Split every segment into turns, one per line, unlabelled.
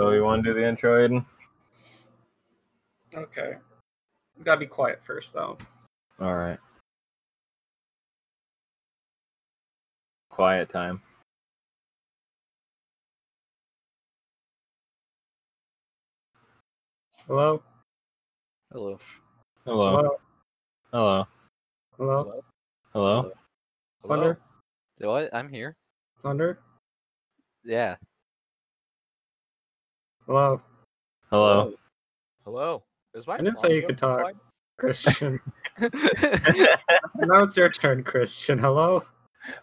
So you want to do the intro, Aiden?
Okay. You gotta be quiet first, though.
All right. Quiet time. Hello.
Hello.
Hello. Hello.
Hello.
Hello.
Thunder.
Hello? What? I'm here.
Thunder.
Yeah.
Hello.
Hello.
Hello. Is my
I didn't say you
audio
could talk.
fine?
Christian. now it's your turn, Christian. Hello.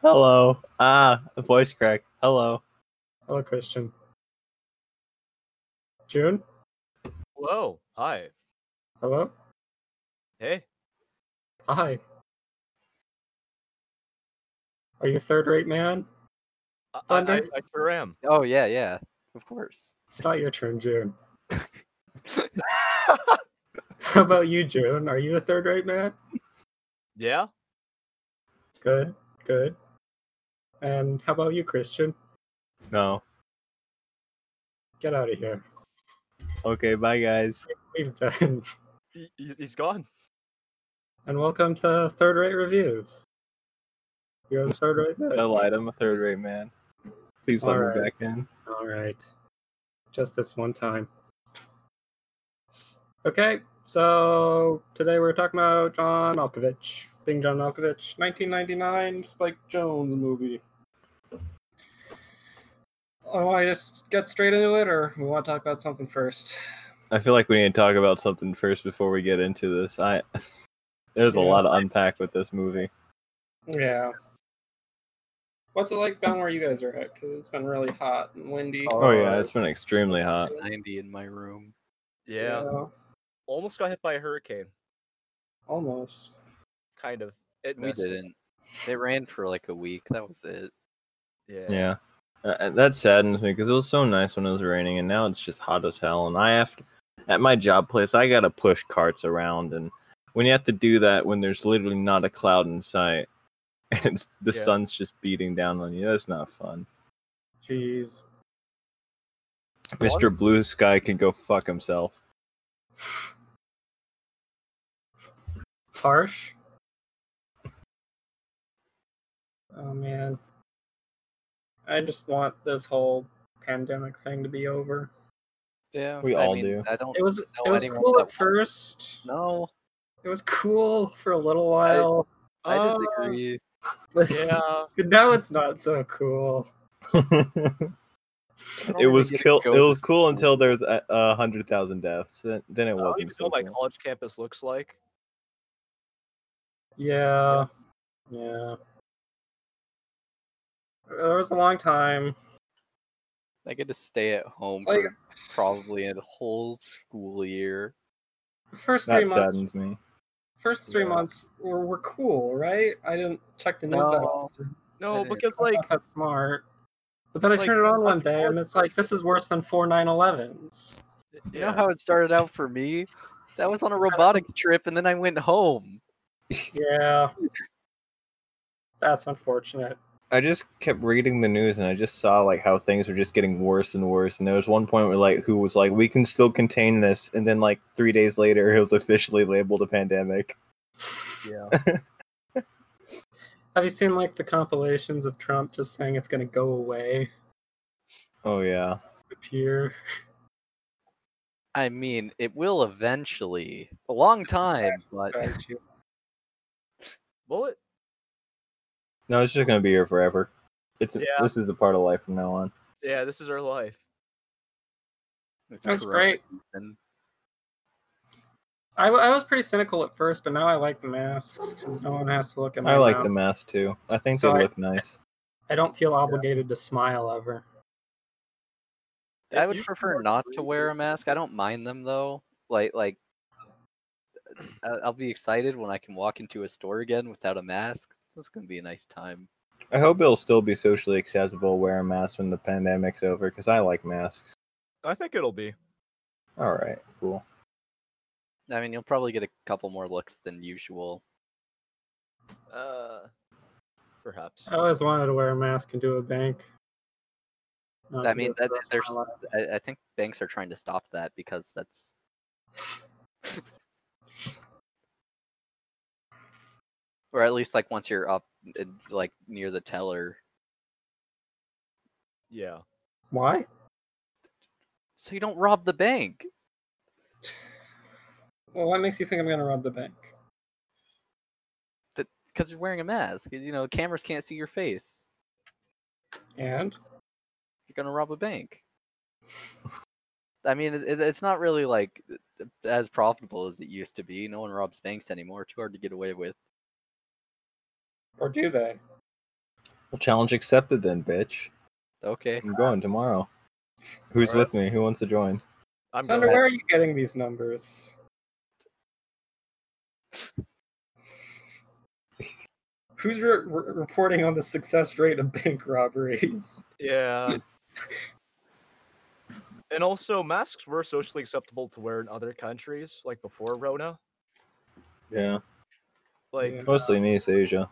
Hello. Ah, the voice crack. Hello.
Hello, Christian. June.
Hello. Hi.
Hello.
Hey.
Hi. Are you a third-rate man?
I, I,
Thunder?
I, I sure am.
oh yeah, yeah. Of course.
It's not your turn, June. How about you, June? Are you a third-rate man?
yeah.
Good. Good. And how about you, Christian?
No.
Get out of here.
Okay. Bye, guys.
We've done.
He, he- he's gone.
and welcome to Third Rate Reviews. You're the third rate
I
bit.
lied. I'm a third rate man. Please let
All
me
right.
back in.
All right, just this one time. Okay, so today we're talking about John Malkovich, Bing John Malkovich, 1999 Spike Jones movie. Oh, want to just get straight into it, or we want to talk about something first?
I feel like we need to talk about something first before we get into this. I there's a
Yeah.
lot to unpack with this movie.
Yeah. What's it like down where you guys are at? Because it's been really hot and windy.
Oh yeah,
Uh,
it's been extremely hot.
90 in my room.
Yeah. Almost got hit by a hurricane.
almost.
Kind of. It
We
messed with-
didn't. It ran for like a week. That was it.
Yeah.
Yeah. Uh, uh, that saddens me because it was so nice when it was raining, and now it's just hot as hell. And I have to, at my job place, I gotta push carts around, and when you have to do that when there's literally not a cloud in sight, and it's, the
Yeah.
sun's just beating down on you, that's not fun.
Jeez.
Mister Blue Sky can go fuck himself.
Harsh. Oh man. I just want this whole pandemic thing to be over.
Yeah.
We
I
all
mean,
do.
I don't
It was
know
it was
anyone
cool
that
at first.
No,
It was cool for a little while.
I
Uh,
disagree.
yeah.
now it's not so cool.
it
don't really
was
get to
kill.
go
It
to
was cool
school.
until there's a, a hundred thousand deaths. Then, then it
I don't
wasn't.
even
So
know what my
cool.
college campus looks like.
Yeah. Yeah. There was a long time.
I get to stay at home
Like-
for probably a whole school year.
The first three
That
months
saddens me.
first three
Yeah.
months were, were cool, right? I didn't check the news that
No.
often.
No,
That is-
because
I
like
thought that's smart. But then I
Like,
turned it on one
fucking
day and it's like this is worse than four 911s.
You know how it started out for me? That was on a robotics trip, and then I went home.
Yeah. That's unfortunate.
I just kept reading the news and I just saw like how things were just getting worse and worse. And there was one point where like who was like, "We can still contain this," and then like three days later, it was officially labeled a pandemic.
yeah.
Have you seen like the compilations of Trump just saying it's gonna go away,
Oh yeah,
disappear?
I mean, it will eventually. A long time, but
Well, it,
no, it's just gonna be here forever. It's
Yeah.
this is a part of life from now on.
yeah, this is our life.
it's
That's
corona
great.
season.
I, w- I was pretty cynical at first, but now I like the masks because no one has to look at my
I like
mouth.
the mask too. I think
So
they
I-
look nice.
I don't feel obligated to smile ever.
I
If
would
you
prefer
wore
not to
green
wear a
boots-
mask. I don't mind them though. Like like I- I'll be excited when I can walk into a store again without a mask. This is gonna be a nice time.
I hope it'll still be socially acceptable to wear a mask when the pandemic's over because I like masks.
I think it'll be.
All right, cool.
I mean, you'll probably get a couple more looks than usual.
Uh, perhaps.
I always wanted to wear a mask and do a bank. Not
I
good
mean,
for the
that,
rest of
there's,
my life.
I, I think banks are trying to stop that because that's or at least like once you're up uh, like near the teller
Yeah.
Why?
so you don't rob the bank
Well, what makes you think I'm gonna rob the bank?
because you're wearing a mask you know cameras can't see your face
And
you're gonna rob a bank i mean it, it- it's not really like uh, as profitable as it used to be no one robs banks anymore too hard to get away with
or do they?
Well, challenge accepted then, bitch.
okay
I'm going tomorrow. Who's
Alright.
with me? Who wants to join?
I'm
Thunder,
going.
where are you getting these numbers? Who's re- re- reporting on the success rate of bank robberies?
Yeah. and also, masks were socially acceptable to wear in other countries, like before Rona.
Yeah,
Like,
Yeah.
mostly in East Asia.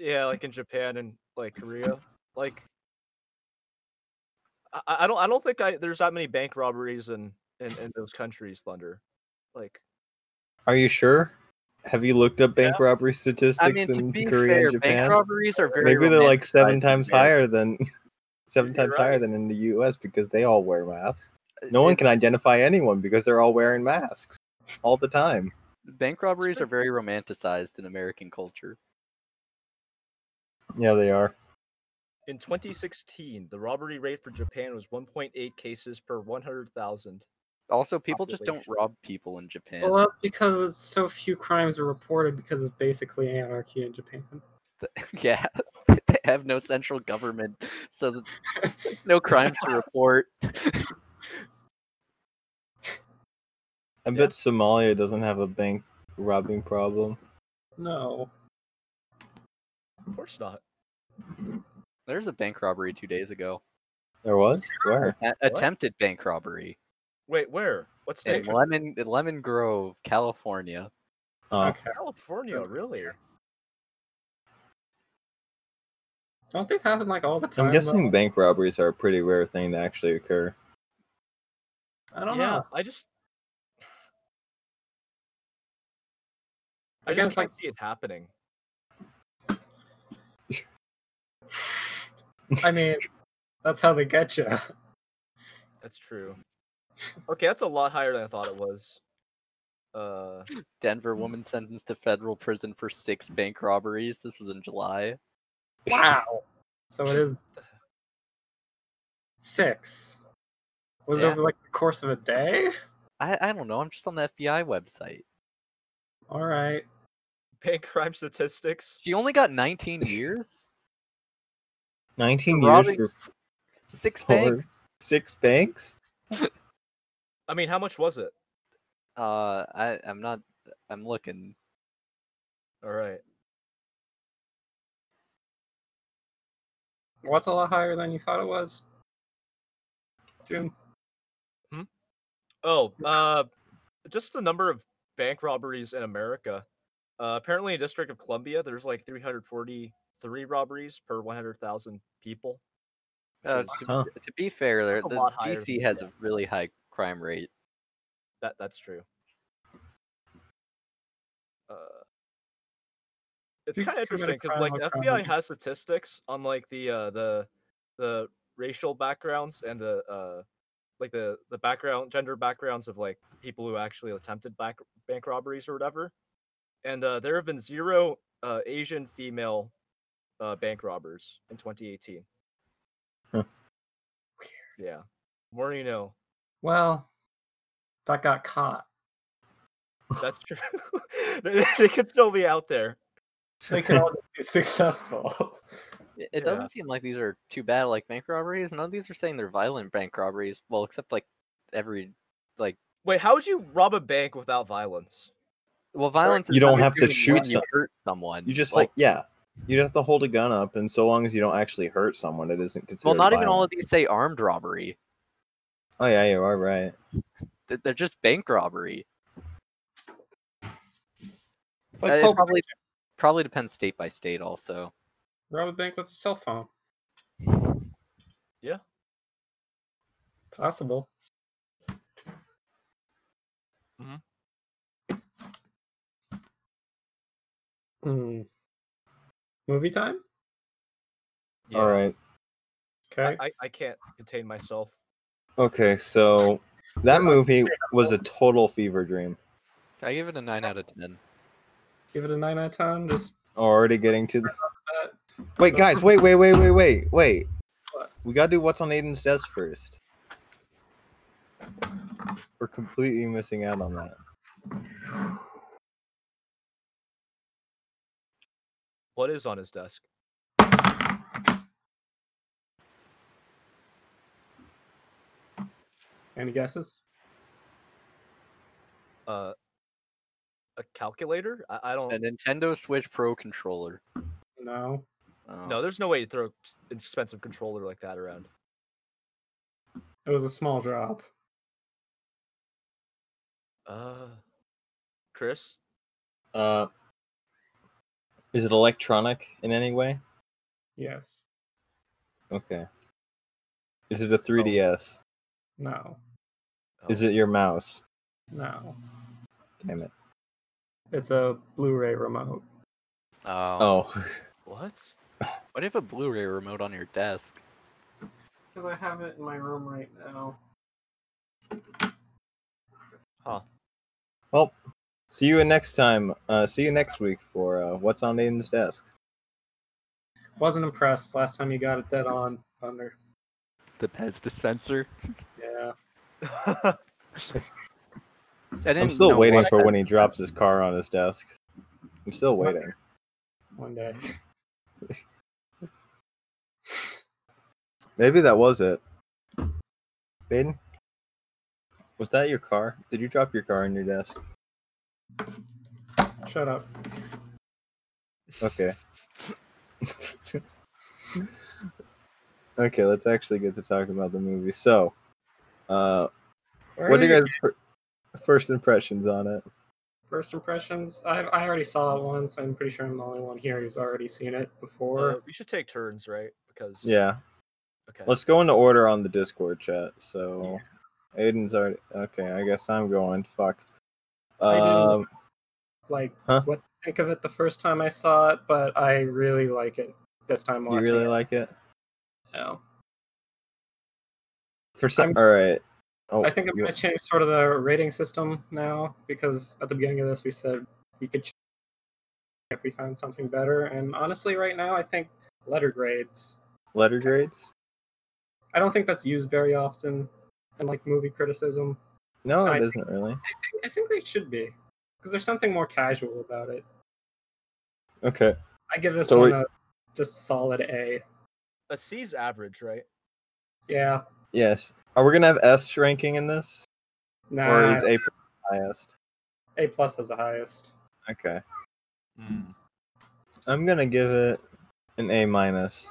Yeah, like in Japan and like Korea. Like I, I I don't I don't think I there's that many bank robberies in, in, in those countries, Thunder. Like
Are you sure? Have you looked up bank robbery statistics
i mean to
in
be
Korea
fair
and
bank
Japan?
robberies are very
Maybe they're like
romanticized in
seven times
America.
higher than seven
You're
times higher
right.
than in the U.S. because they all wear masks. No
Uh,
one can identify anyone because they're all wearing masks all the time.
bank robberies are very romanticized in American culture.
Yeah, they are.
in 2016, the robbery rate for Japan was 1.8 cases per 100,000.
Also, people just don't
Population.
rob people in Japan.
Well, that's because it's so few crimes are reported because it's basically anarchy in Japan.
yeah, they have no central government, so that no crimes to report.
I bet Somalia doesn't have a bank robbing problem.
No.
Of course not.
There's a bank robbery two days ago.
There was where?
A- attempted bank robbery
Wait, where? What
in
state?
Lemon in Lemon Grove, California.
Oh,
Okay.
California, really?
Don't these happen like all the time?
I'm guessing
though?
bank robberies are a pretty rare thing to actually occur.
I don't
yeah,
know.
I just
I
I
guess
just
like
can't see it happening.
I mean, that's how they get you.
That's true. Okay, that's a lot higher than I thought it was. Uh
Denver woman sentenced to federal prison for six bank robberies. This was in July.
Wow. So it is six. Was it
Yeah.
over like the course of a day?
I, I don't know. I'm just on the FBI website.
All right.
bank crime statistics.
She only got 19 years.
19
Robbing-
years for f-
Six
Four.
banks.
six banks?
I mean, how much was it?
Uh, I I'm not. I'm looking.
All right.
What's a lot higher than you thought it was? June.
Oh, uh, just the number of bank robberies in America. Uh, apparently, in District of Columbia, there's like 343 robberies per 100,000 people. which
Uh,
is-
to,
Huh.
to be fair, there,
a
the
lot higher
DC
than
has
that.
a really high crime rate.
that that's true. Uh, it's
Who's
kind of
committed
interesting because
crime
like
or
the
crime
FBI
against-
has statistics on like the uh, the the racial backgrounds and the uh, like the the background gender backgrounds of like people who actually attempted back, bank robberies or whatever, and uh, there have been zero uh, Asian female uh, bank robbers in 2018.
Huh.
Yeah, more you know.
Well, that got caught.
That's true. they they could still be out there.
They can all just be successful.
It, it
Yeah.
doesn't seem like these are too bad, like bank robberies. None of these are saying they're violent bank robberies. Well, except like every
Wait, how would you rob a bank without violence?
well, violence.
you
is when
don't
you're
have to
doing
shoot
when you
some-
hurt someone.
You just
like.
like yeah. You have to hold a gun up, and so long as you don't actually hurt someone, it isn't considered.
Well, not even all
violent.
of these say armed robbery.
Oh yeah, you are right.
Th- They're just bank robbery.
It's like
Uh, it
Pope
probably probably depends state by state. Also,
rob a bank with a cell phone. Possible.
Mhm.
Mm-hmm.
Hmm. Movie time?
All right.
Okay.
I, I, I can't contain myself.
Okay, so that movie was a total fever dream.
I give it a nine out of ten.
Give it a 9 out of 10. Just
Already getting to the. Wait, guys, wait, wait, wait, wait, wait, wait.
What?
We gotta do what's on Aiden's desk first. We're completely missing out on that.
What is on his desk?
any guesses?
Uh, a calculator? I, I don't.
A Nintendo Switch Pro controller.
No.
Oh,
uh,
No, there's no way you throw an expensive controller like that around.
It was a small drop.
Uh, Chris,
Uh, is it electronic in any way?
Yes.
Okay. Is it a 3DS?
No.
Oh,
Is it your mouse?
No.
Damn it.
It's a Blu-ray remote.
Oh.
Oh,
what?
What do you have a Blu-ray remote on your desk?
Because I have it in my room right now.
see you next time. Uh, see you next week for uh, what's on Aiden's desk.
Wasn't impressed last time you got it dead on under.
The Pez dispenser.
Yeah.
I
I'm
didn't
still
know
waiting
what
for when
Pez-
he drops his car on his desk. I'm still waiting.
One day.
Maybe that was it. Aiden, was that your car? Did you drop your car on your desk?
Shut up.
Okay. okay, let's actually get to talking about the movie. So, uh,
Where
what are
did
you guys' fir- first impressions on it?
First impressions. I I already saw it once. I'm pretty sure I'm the only one here who's already seen it
Uh,
before.
we should take turns, right? Because
Yeah,
Okay.
let's go into order on the Discord chat. So, Aiden's already okay. I guess I'm going. Fuck.
I didn't-
Um,
like
Huh?
what I think of it the first time I saw it, but I really like it this time
you
watching.
really
it.
like it?
No.
For some,
I'm-
all right. Oh,
I think I'm
you-
gonna change sort of the rating system now because at the beginning of this we said we could ch- if we found something better, and honestly, right now I think letter grades.
letter grades.
I don't think that's used very often in like movie criticism.
No,
I
it
think-
isn't really.
I think they should be because there's something more casual about it.
Okay.
I give this
So
one
it-
a just solid A.
a C's average, right?
Yeah.
Yes. Are we gonna have S ranking in this, or
Nah.
is A plus highest?
A plus was the highest.
Okay. I'm gonna give it an A minus.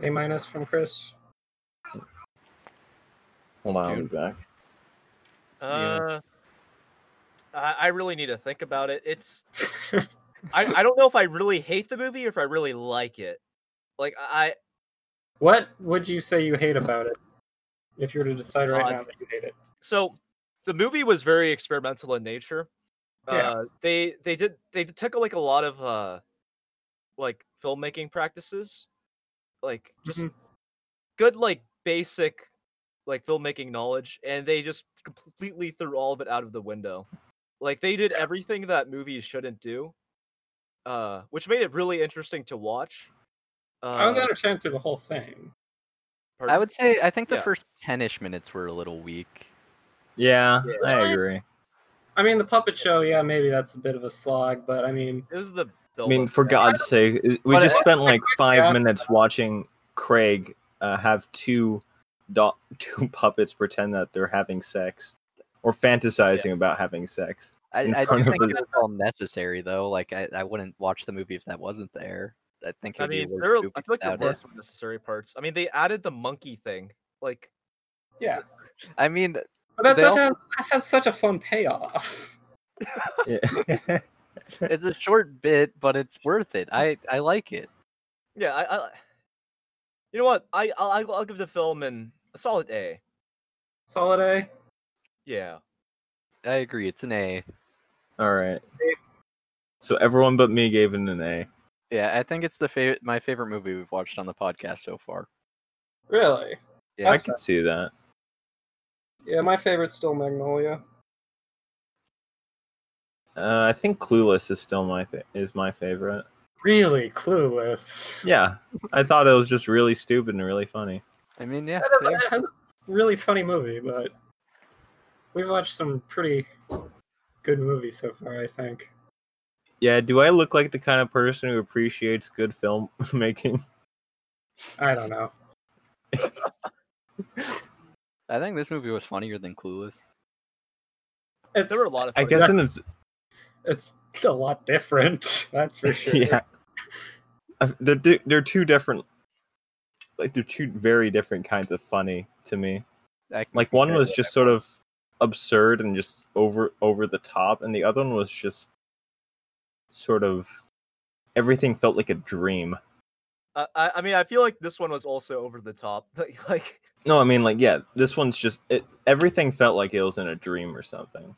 A minus from Chris.
Hold on, I'll be back.
Uh, I, I really need to think about it. It's I, I don't know if I really hate the movie or if I really like it. Like I
What would you say you hate about it? If you were to decide right
God.
now that you hate it.
so the movie was very experimental in nature.
Yeah.
Uh, they they did they did took like a lot of uh like filmmaking practices, like just
Mhm.
good like basic like filmmaking knowledge, and they just completely threw all of it out of the window. Like they did everything that movies shouldn't do, uh, which made it really interesting to watch. Uh,
I was entertained through the whole thing.
I
pardon?
would say I think the
Yeah.
first ten-ish minutes were a little weak.
Yeah,
Yeah.
I agree.
I mean, the puppet show, yeah, maybe that's a bit of a slog, but I mean,
it was the
I mean,
buildup
for
that-
God's sake, i- we
But
just
it-
spent like
yeah.
five minutes watching Craig uh, have two do- two puppets pretend that they're having sex or fantasizing about having sex.
I,
In
I do
front of
think it
us.
was all necessary though. Like I, I wouldn't watch the movie if that wasn't there. I think it
I
would
mean,
be a
there. Are,
little
I
stupid
feel like
without
there were
it.
some necessary parts. I mean, they added the monkey thing. Like,
yeah.
I mean,
But that's
They
such a, that has such a fun payoff.
Yeah.
it's a short bit, but it's worth it. I, I like it.
yeah, I, I you know what? I, I'll, I'll give the film an a solid A.
Solid A.
Yeah.
I agree. It's an A.
All right. So everyone but me gave it an A.
Yeah, I think it's the favorite my favorite movie we've watched on the podcast so far.
Really?
Yeah,
I can see that.
Yeah, my favorite's still Magnolia.
Uh, I think Clueless is still my fa- is my favorite.
Really clueless.
Yeah, I thought it was just really stupid and really funny.
I mean, yeah,
That is,
there.
that has a really funny movie, but we've watched some pretty good movies so far, I think.
Yeah, do I look like the kind of person who appreciates good filmmaking?
I don't know.
I think this movie was funnier than Clueless.
It's
There were a lot of
I
funny-
guess in its
it's a lot different, that's for sure.
yeah, I- they're di- they're two different, like they're two very different kinds of funny to me.
I can
Like one
compare
was
that.
just sort of absurd and just over over the top, and the other one was just sort of everything felt like a dream.
I, I I mean, I feel like this one was also over the top. Like, like
No, I mean like yeah, this one's just it. Everything felt like it was in a dream or something.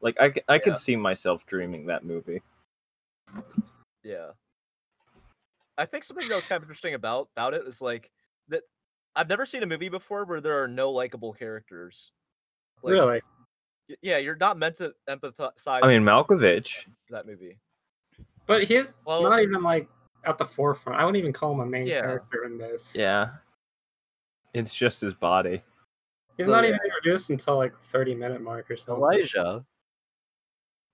Like I, c- I
Yeah.
could see myself dreaming that movie.
yeah. I think something that was kind of interesting about about it is like that I've never seen a movie before where there are no likable characters. Like,
Really?
y- Yeah, you're not meant to empathize.
I mean
with
Malkovich.
that movie.
But he's
Well-
not even like at the forefront. I wouldn't even call him a main
Yeah.
character in this.
Yeah, it's just his body.
He's
So,
not
yeah.
even introduced until like thirty minute mark or something.
Elijah.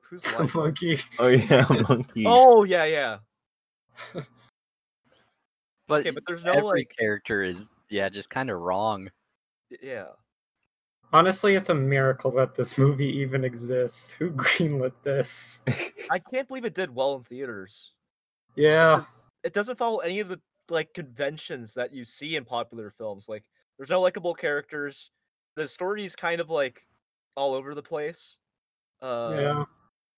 Who's
The
like?
monkey.
Oh yeah, monkey.
Oh yeah, yeah.
But,
Okay, but there's no
every
like.
character is yeah, just kind of wrong.
Yeah.
Honestly, it's a miracle that this movie even exists. Who greenlit this?
I can't believe it did well in theaters.
Yeah.
It doesn't follow any of the like conventions that you see in popular films. Like there's no likable characters. The story is kind of like all over the place. Uh,
yeah.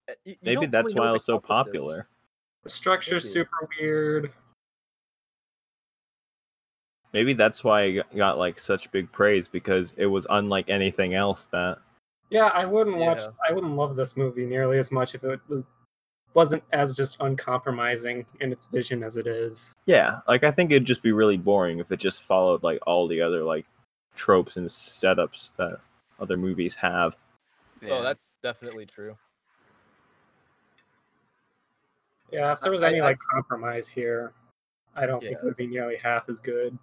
y- you
Maybe
don't
that's
really know
why it
what the
was so
concept is.
popular.
The structure's
maybe.
super weird.
Maybe that's why it g- got like such big praise because it was unlike anything else that
Yeah, I wouldn't watch
Yeah.
I wouldn't love this movie nearly as much if it was wasn't as just uncompromising in its vision as it is.
Yeah, like I think it'd just be really boring if it just followed like all the other like tropes and setups that other movies have.
Yeah.
Oh, that's definitely true.
Yeah, if
I-
there was
I-
any
I-
like compromise here, I don't think
Yeah.
it would be nearly half as good.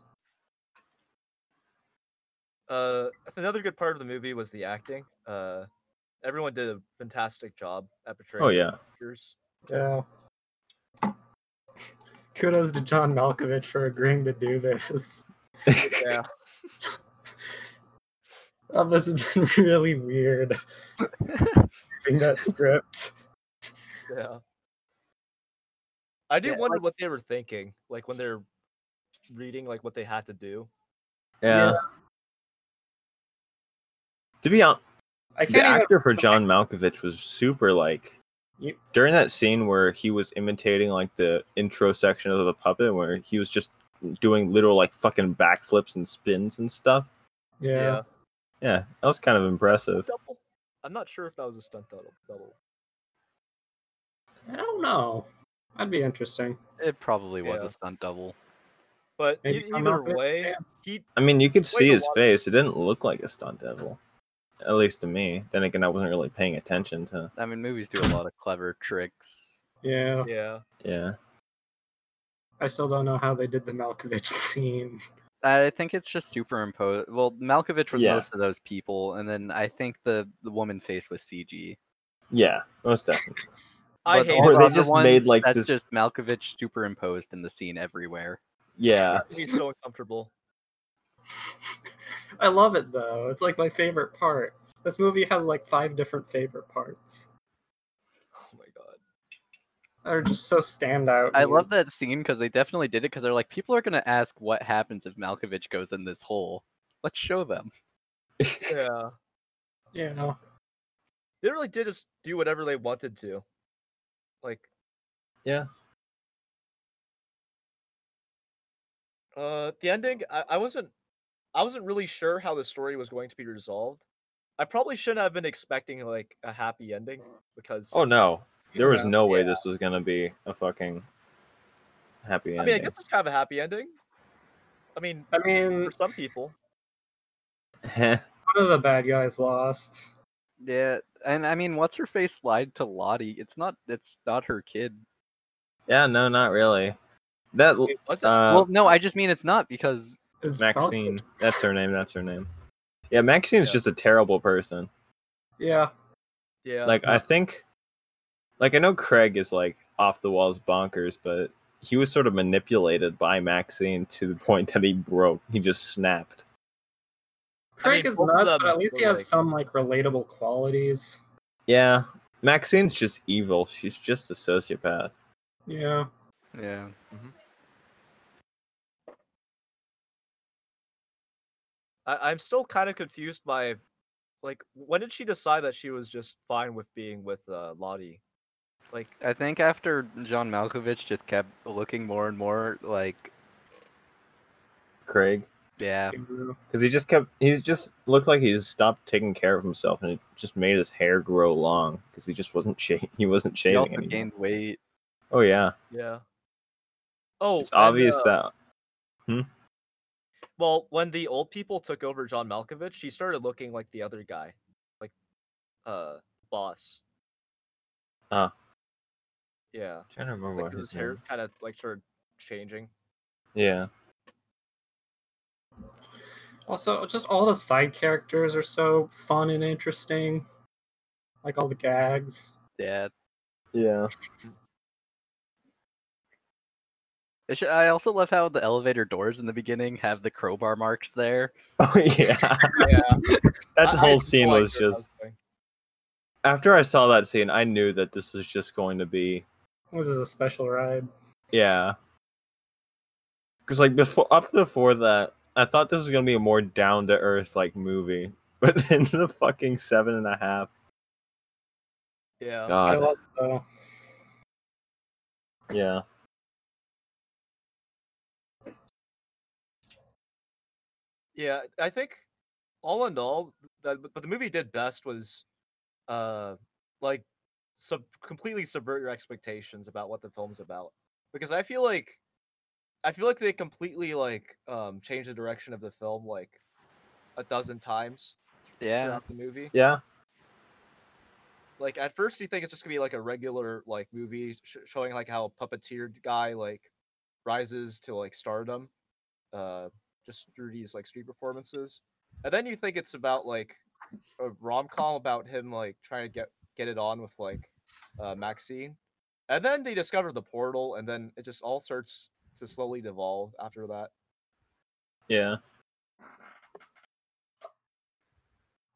Uh, another good part of the movie was the acting. Uh, everyone did a fantastic job at portraying.
Oh yeah.
characters.
Yeah. Kudos to John Malkovich for agreeing to do this.
Yeah.
Oh, this has been really weird. Reading that script.
Yeah. I do
Yeah,
wonder what they were thinking, like when they're reading, like what they had to do.
Yeah. To be honest,
I
the
can't even.
actor for John Malkovich was super like
You-
during that scene where he was imitating like the intro section of the puppet where he was just doing literal like fucking backflips and spins and stuff.
Yeah.
Yeah, that was kind of impressive.
Double. I'm not sure if that was a stunt double. double.
I don't know. That'd be interesting.
it probably was
Yeah.
a stunt double.
But
Maybe
e-
John
either
Malkovich
way,
can.
he
I mean, you could
Like
see
a
his
lot of-
face. It didn't look like a stunt devil, at least to me. Then again, I wasn't really paying attention to.
I mean, movies do a lot of clever tricks.
Yeah.
yeah.
Yeah,
I still don't know how they did the Malkovich scene.
I think it's just superimposed. Well, Malkovich was
Yeah.
most of those people, and then I think the the woman face was CG.
yeah, most definitely.
I
But
hate
all
Or
it.
the
they
other
just made,
ones,
like,
that's
this-
just Malkovich superimposed in the scene everywhere.
Yeah,
He's so uncomfortable.
I love it though. It's like my favorite part. This movie has like five different favorite parts.
Oh my god.
They're just so standout.
I
and
love that scene because they definitely did it because they're like, people are gonna ask what happens if Malkovich goes in this hole. Let's show them.
Yeah.
You know,
They really did just do whatever they wanted to. Like.
Yeah.
Uh, the ending. I, I wasn't I wasn't really sure how the story was going to be resolved. I probably shouldn't have been expecting like a happy ending because
Oh no, there was
Yeah.
no way this was gonna be a fucking happy
I
ending.
mean, I guess it's kind of a happy ending. I mean,
I mean,
for some people,
Heh.
one of the bad guys lost.
Yeah, and I mean, what's her face lied to Lottie? It's not. It's not her kid.
yeah, no, not really. That l-
it wasn't.
uh,
well, no, I just mean it's not because
It's
Maxine. That's her name. That's her name. Yeah, Maxine's
Yeah.
just a terrible person.
Yeah.
yeah,
Like I think, like I know Craig is like off the walls bonkers, but he was sort of manipulated by Maxine to the point that he broke. He just snapped.
Craig
mean,
is
both of
nuts,
them
but at least he
were,
has
like-
some like relatable qualities.
Yeah, Maxine's just evil. She's just a sociopath.
Yeah.
yeah.
I, I'm still kind of confused by, like, when did she decide that she was just fine with being with uh, Lottie? Like,
I think after John Malkovich just kept looking more and more like,
Craig,
yeah,
because he just kept. He just looked like he stopped taking care of himself, and it just made his hair grow long because he just wasn't sha- He wasn't
he
shaving
also
anymore.
gained weight.
Oh yeah,
yeah. Oh,
it's
and,
obvious
uh,
that.
Well, when the old people took over John Malkovich, she started looking like the other guy, like, uh, boss.
Ah.
Yeah.
trying to remember
Like
what
his
his name.
hair kind of like started changing.
Yeah.
Also, just all the side characters are so fun and interesting. Like all the gags.
Yeah,
Yeah.
It sh- I also love how the elevator doors in the beginning have the crowbar marks there.
Oh yeah.
Yeah.
That
I- I
whole
had no
scene was
idea that
just.
a thing.
after I saw that scene, I knew that this was just going to be
This is a special ride.
yeah. Because like before, up before that, I thought this was gonna be a more down to earth like movie, but then the fucking seven and a half.
Yeah.
I
God,
love though.
yeah.
Yeah, I think all in all, that, but the movie did best was, uh, like, sub completely subvert your expectations about what the film's about because I feel like, I feel like they completely like um changed the direction of the film like a dozen times
Yeah,
throughout the movie.
Yeah,
Like at first you think it's just gonna be like a regular like movie sh- showing like how a puppeteered guy like rises to like stardom, uh, just through these like street performances, and then you think it's about like a rom com about him like trying to get get it on with like uh, Maxine, and then they discover the portal, and then it just all starts to slowly devolve after that.
yeah.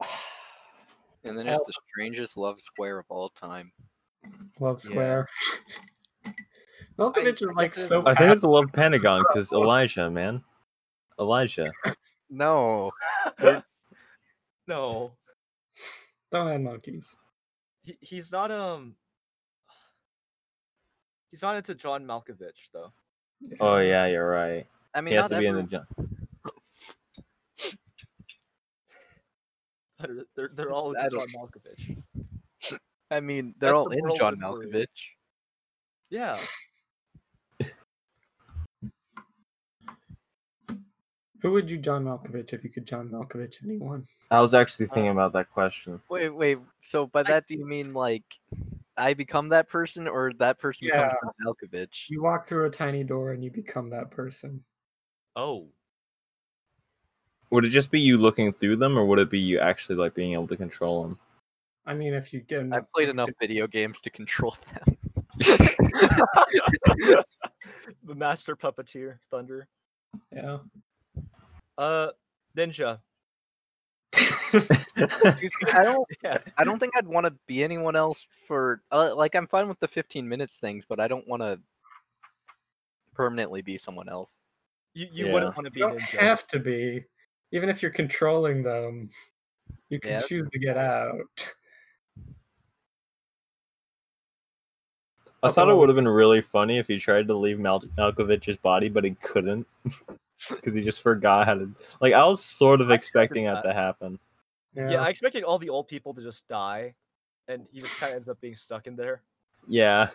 uh,
and then it's the strangest love square of all time.
Love
Yeah.
Square. Malkovich
I
is like
guess it-
so.
I think
apt-
it's a love Pentagon because Elijah, man, Elijah.
No,
No,
Don't add monkeys.
he, he's not um. He's not into John Malkovich though.
Oh yeah, you're right.
I mean
he has
not
to be in the.
every,
ju-
They're they're, they're
It's
all into John
adult.
Malkovich.
I mean they're
That's
all
the
in
moral
John
of the story.
Malkovich.
Yeah.
Who would you John Malkovich if you could John Malkovich anyone?
I was actually
Uh,
thinking about that question.
Wait, wait. So by
I-
that do you mean like I become that person or that person becomes John Malkovich?
You walk through a tiny door and you become that person.
Oh.
Would it just be you looking through them, or would it be you actually like being able to control them?
I mean, if you get enough
I've played
money
enough
to-
video games to control them.
The master puppeteer, Thunder.
Yeah.
Uh, Ninja.
Excuse me, I don't
Yeah.
I don't think I'd want to be anyone else for uh, like I'm fine with the 15 minutes things, but I don't want to permanently be someone else.
You, you
Yeah.
wouldn't want to be
You don't
Ninja.
have to be. Even if you're controlling them, you can
Yeah.
choose to get out.
I
Also,
thought it
when-
would have been really funny if he tried to leave Mal- Malkovich's body, but he couldn't. because he just forgot how to. Like I was sort of
I
expecting that
remember
to happen.
Yeah.
Yeah. I expected all the old people to just die, and he just kind of ends up being stuck in there.
Yeah,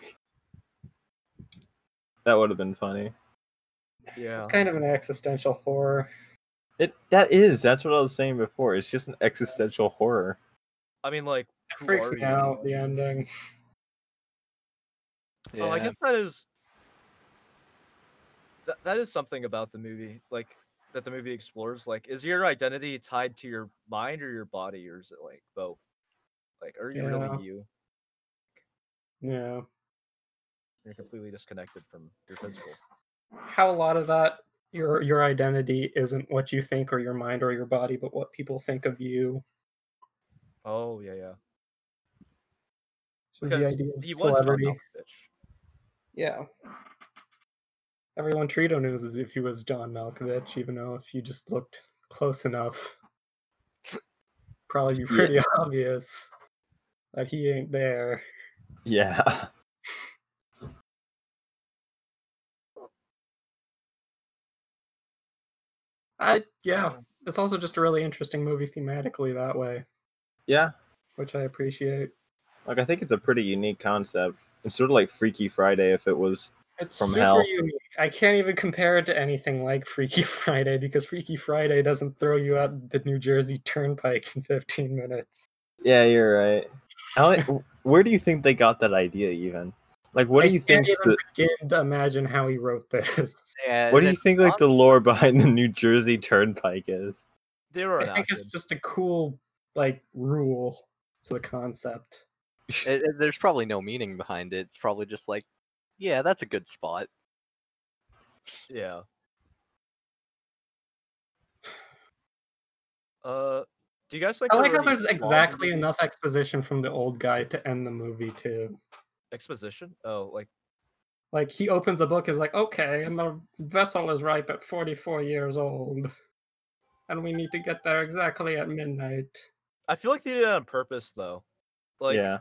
that would have been funny.
Yeah.
It's kind of an existential horror.
It that is. That's what I was saying before. It's just an existential horror.
I mean, like,
It
who
freaks
are
me
you?
out, the ending.
Yeah.
Oh, I guess that is that, that is something about the movie, like that the movie explores. Like, is your identity tied to your mind or your body, or is it like both? Like, are you
Yeah.
really you?
Yeah.
You're completely disconnected from your physicals.
How a lot of that your your identity isn't what you think or your mind or your body, but what people think of you.
Oh yeah, yeah.
Is the
Because
idea of
he was John
celebrity.
Malkovich.
Yeah. Everyone treated him as if he was John Malkovich, even though if you just looked close enough, probably be
Yeah.
pretty obvious that he ain't there.
Yeah.
I yeah. It's also just a really interesting movie thematically that way,
Yeah.
which I appreciate.
Like I think it's a pretty unique concept. It's sort of like Freaky Friday if it was
It's
From
super
hell.
unique. I can't even compare it to anything like Freaky Friday because Freaky Friday doesn't throw you out the New Jersey Turnpike in 15 minutes.
Yeah, you're right. How, where do you think they got that idea even? Like what do
I
you
can't
think
even
the
begin to imagine how he wrote this.
Yeah,
what do you
that's
think like
not-
the lore behind the New Jersey Turnpike is?
They were
I
an
think it's just a cool like rule to the concept.
it- it- there's probably no meaning behind it. It's probably just like, yeah, that's a good spot.
Yeah. Uh, do you guys like?
I
there
like
were
how
any
there's
flaws in the
exactly
movie?
enough exposition from the old guy to end the movie too.
exposition. Oh, like
Like he opens the book is like, okay, and the vessel is ripe at 44 years old, and we need to get there exactly at midnight.
I feel like they did it on purpose though. Like
yeah.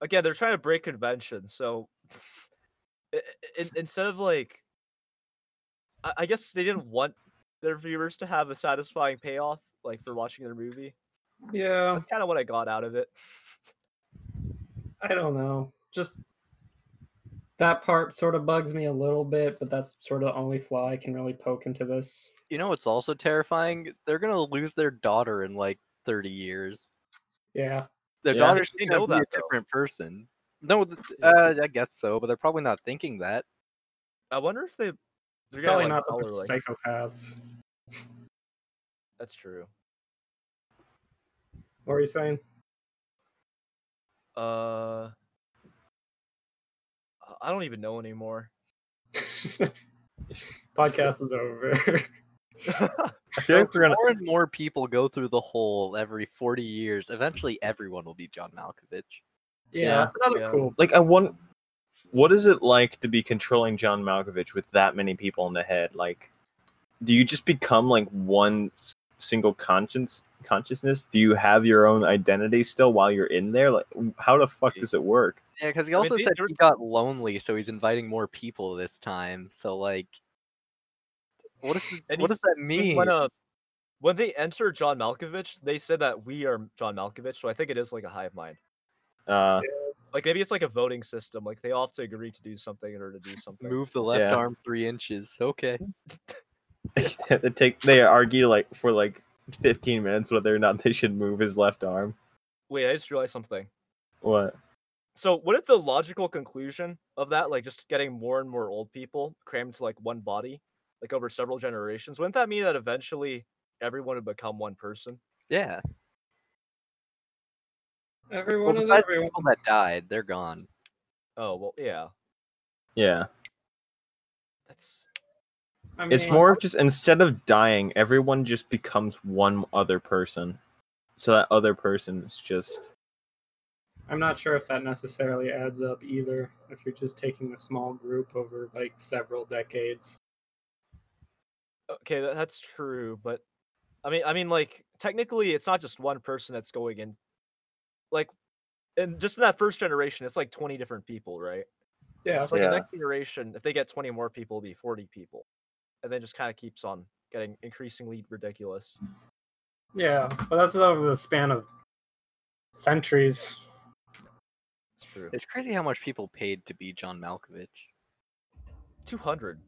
again, they're trying to break convention. So i- i- instead of like, I-, I guess they didn't want their viewers to have a satisfying payoff, like for watching their movie.
Yeah,
That's kind of what I got out of it.
I don't know. Just that part sort of bugs me a little bit, but that's sort of the only flaw I can really poke into this.
You know what's also terrifying? They're gonna lose their daughter in like 30 years.
Yeah,
Their
Yeah.
daughter's
They
just gonna
know
be
that,
a
though.
different person. No, th- uh, I guess so, but they're probably not thinking that.
I wonder if they. They're
probably
gonna, like,
not
follow,
the
like,
psychopaths.
That's true.
What are you saying?
Uh, I- I don't even know anymore.
Podcast is over.
I feel like we're gonna
More and more people go through the hole every 40 years. Eventually, everyone will be John Malkovich.
Yeah,
Yeah.
that's another
Yeah.
cool.
like I want what is it like to be controlling John Malkovich with that many people in the head? Like do you just become like one s- single conscience consciousness? Do you have your own identity still while you're in there? Like how the fuck does it work?
Yeah, because he
I mean,
also
they-
said
they were-
he got lonely, so he's inviting more people this time. So like, what does
And
what
he's-
does that
When-
mean?
When uh, when they enter John Malkovich, they said that we are John Malkovich, so I think it is like a hive mind.
Uh
Like maybe it's like a voting system. Like they all have to agree to do something in order to do something.
Move the left
Yeah.
arm three inches. Okay.
they take they argue like for like 15 minutes whether or not they should move his left arm.
Wait, I just realized something.
What?
So wouldn't the logical conclusion of that, like just getting more and more old people crammed to like one body, like over several generations, wouldn't that mean that eventually everyone would become one person?
Yeah. Well,
Everyone is
besides the
everyone.
people that died, they're gone.
Oh well, yeah.
Yeah.
That's
I mean,
It's more of just instead of dying, everyone just becomes one other person. So that other person is just
I'm not sure if that necessarily adds up either. If you're just taking a small group over like several decades.
Okay, tha- that's true, but I mean, I mean, like technically, it's not just one person that's going in. Like, and just in that first generation, it's like twenty different people, right?
Yeah.
So like the
Yeah.
next generation, if they get twenty more people, it'll be forty people. and then just kind of keeps on getting increasingly ridiculous.
Yeah, but that's over the span of centuries.
It's true.
It's crazy how much people paid to be John Malkovich.
Two hundred.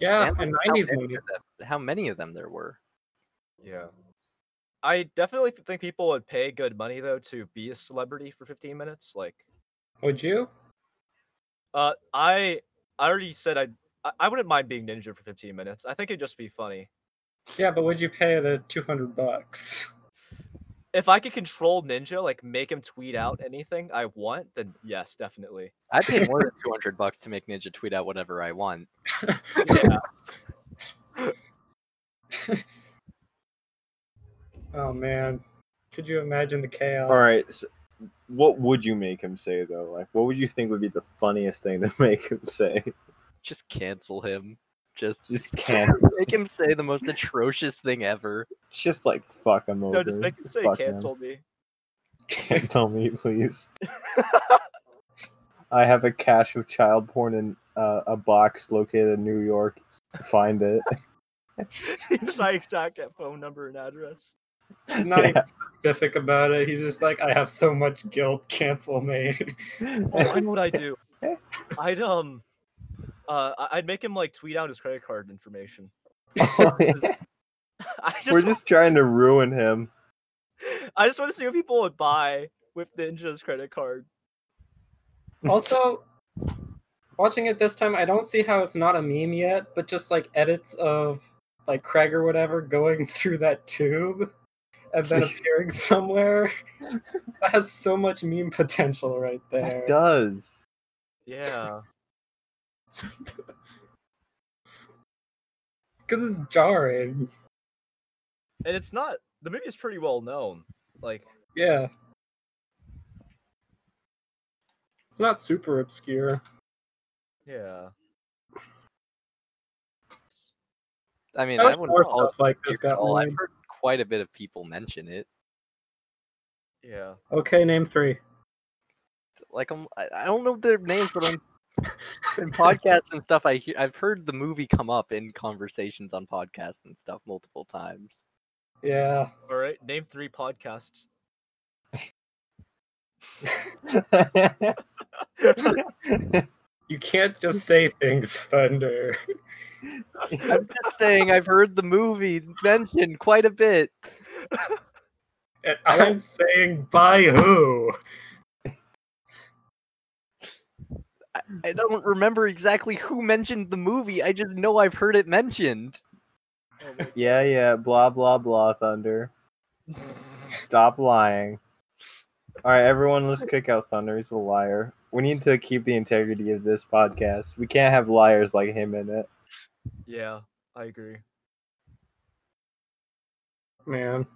Yeah,
And, like,
and
how
nineties
many
movie.
of them- How many of them there were?
Yeah. I definitely th- think people would pay good money though to be a celebrity for 15 minutes. Like,
Would you?
uh, I I already said I'd, I I wouldn't mind being ninja for 15 minutes. I think it'd just be funny
Yeah, but would you pay the two hundred bucks?
if I could control ninja, like make him tweet out anything I want. Then yes, definitely.
I paid more than two hundred bucks to make Ninja tweet out whatever I want.
Yeah.
Oh man, could you imagine the chaos?
All right. So what would you make him say though? Like, what would you think would be the funniest thing to make him say?
Just cancel him. Just
Just
just
cancel.
make him say the most atrocious thing ever.
Just like fuck him over.
no, just make him say
Fuck him.
cancel me.
Cancel me, please. I have a cache of child porn in uh, a box located in New York. Find it.
It's my exact phone number and address.
He's not
Yeah.
even specific about it. He's just like, I have so much guilt. Cancel me.
Oh, I know what I do.
Eh.
I'd um, uh, I- I'd make him like tweet out his credit card information. I just,
We're just trying to ruin him.
I just want to see what people would buy with Ninja's credit card.
also, watching it this time, I don't see how it's not a meme yet, but just like edits of like Craig or whatever going through that tube and then appearing somewhere. that has so much meme potential right there.
It does.
Yeah.
Because it's jarring.
and it's not the movie is pretty well known. Like
Yeah. It's not super obscure.
yeah.
I mean,
How
I
much
wouldn't
more
call it
stuff like this got
obscure. I've
made?
heard quite a bit of people mention it.
Yeah.
Okay, name three.
Like I'm, I I don't know their names, but I'm in podcasts and stuff. I hear, I've heard the movie come up in conversations on podcasts and stuff multiple times.
Yeah.
All right. Name three podcasts.
You can't just say things, Thunder.
I'm just saying, I've heard the movie mentioned quite a bit.
And I'm saying by who?
I don't remember exactly who mentioned the movie. I just know I've heard it mentioned.
yeah, yeah. Blah blah blah. Thunder. Stop lying. All right, everyone, let's kick out Thunder. He's a liar. We need to keep the integrity of this podcast. We can't have liars like him in it.
Yeah, I agree.
Man.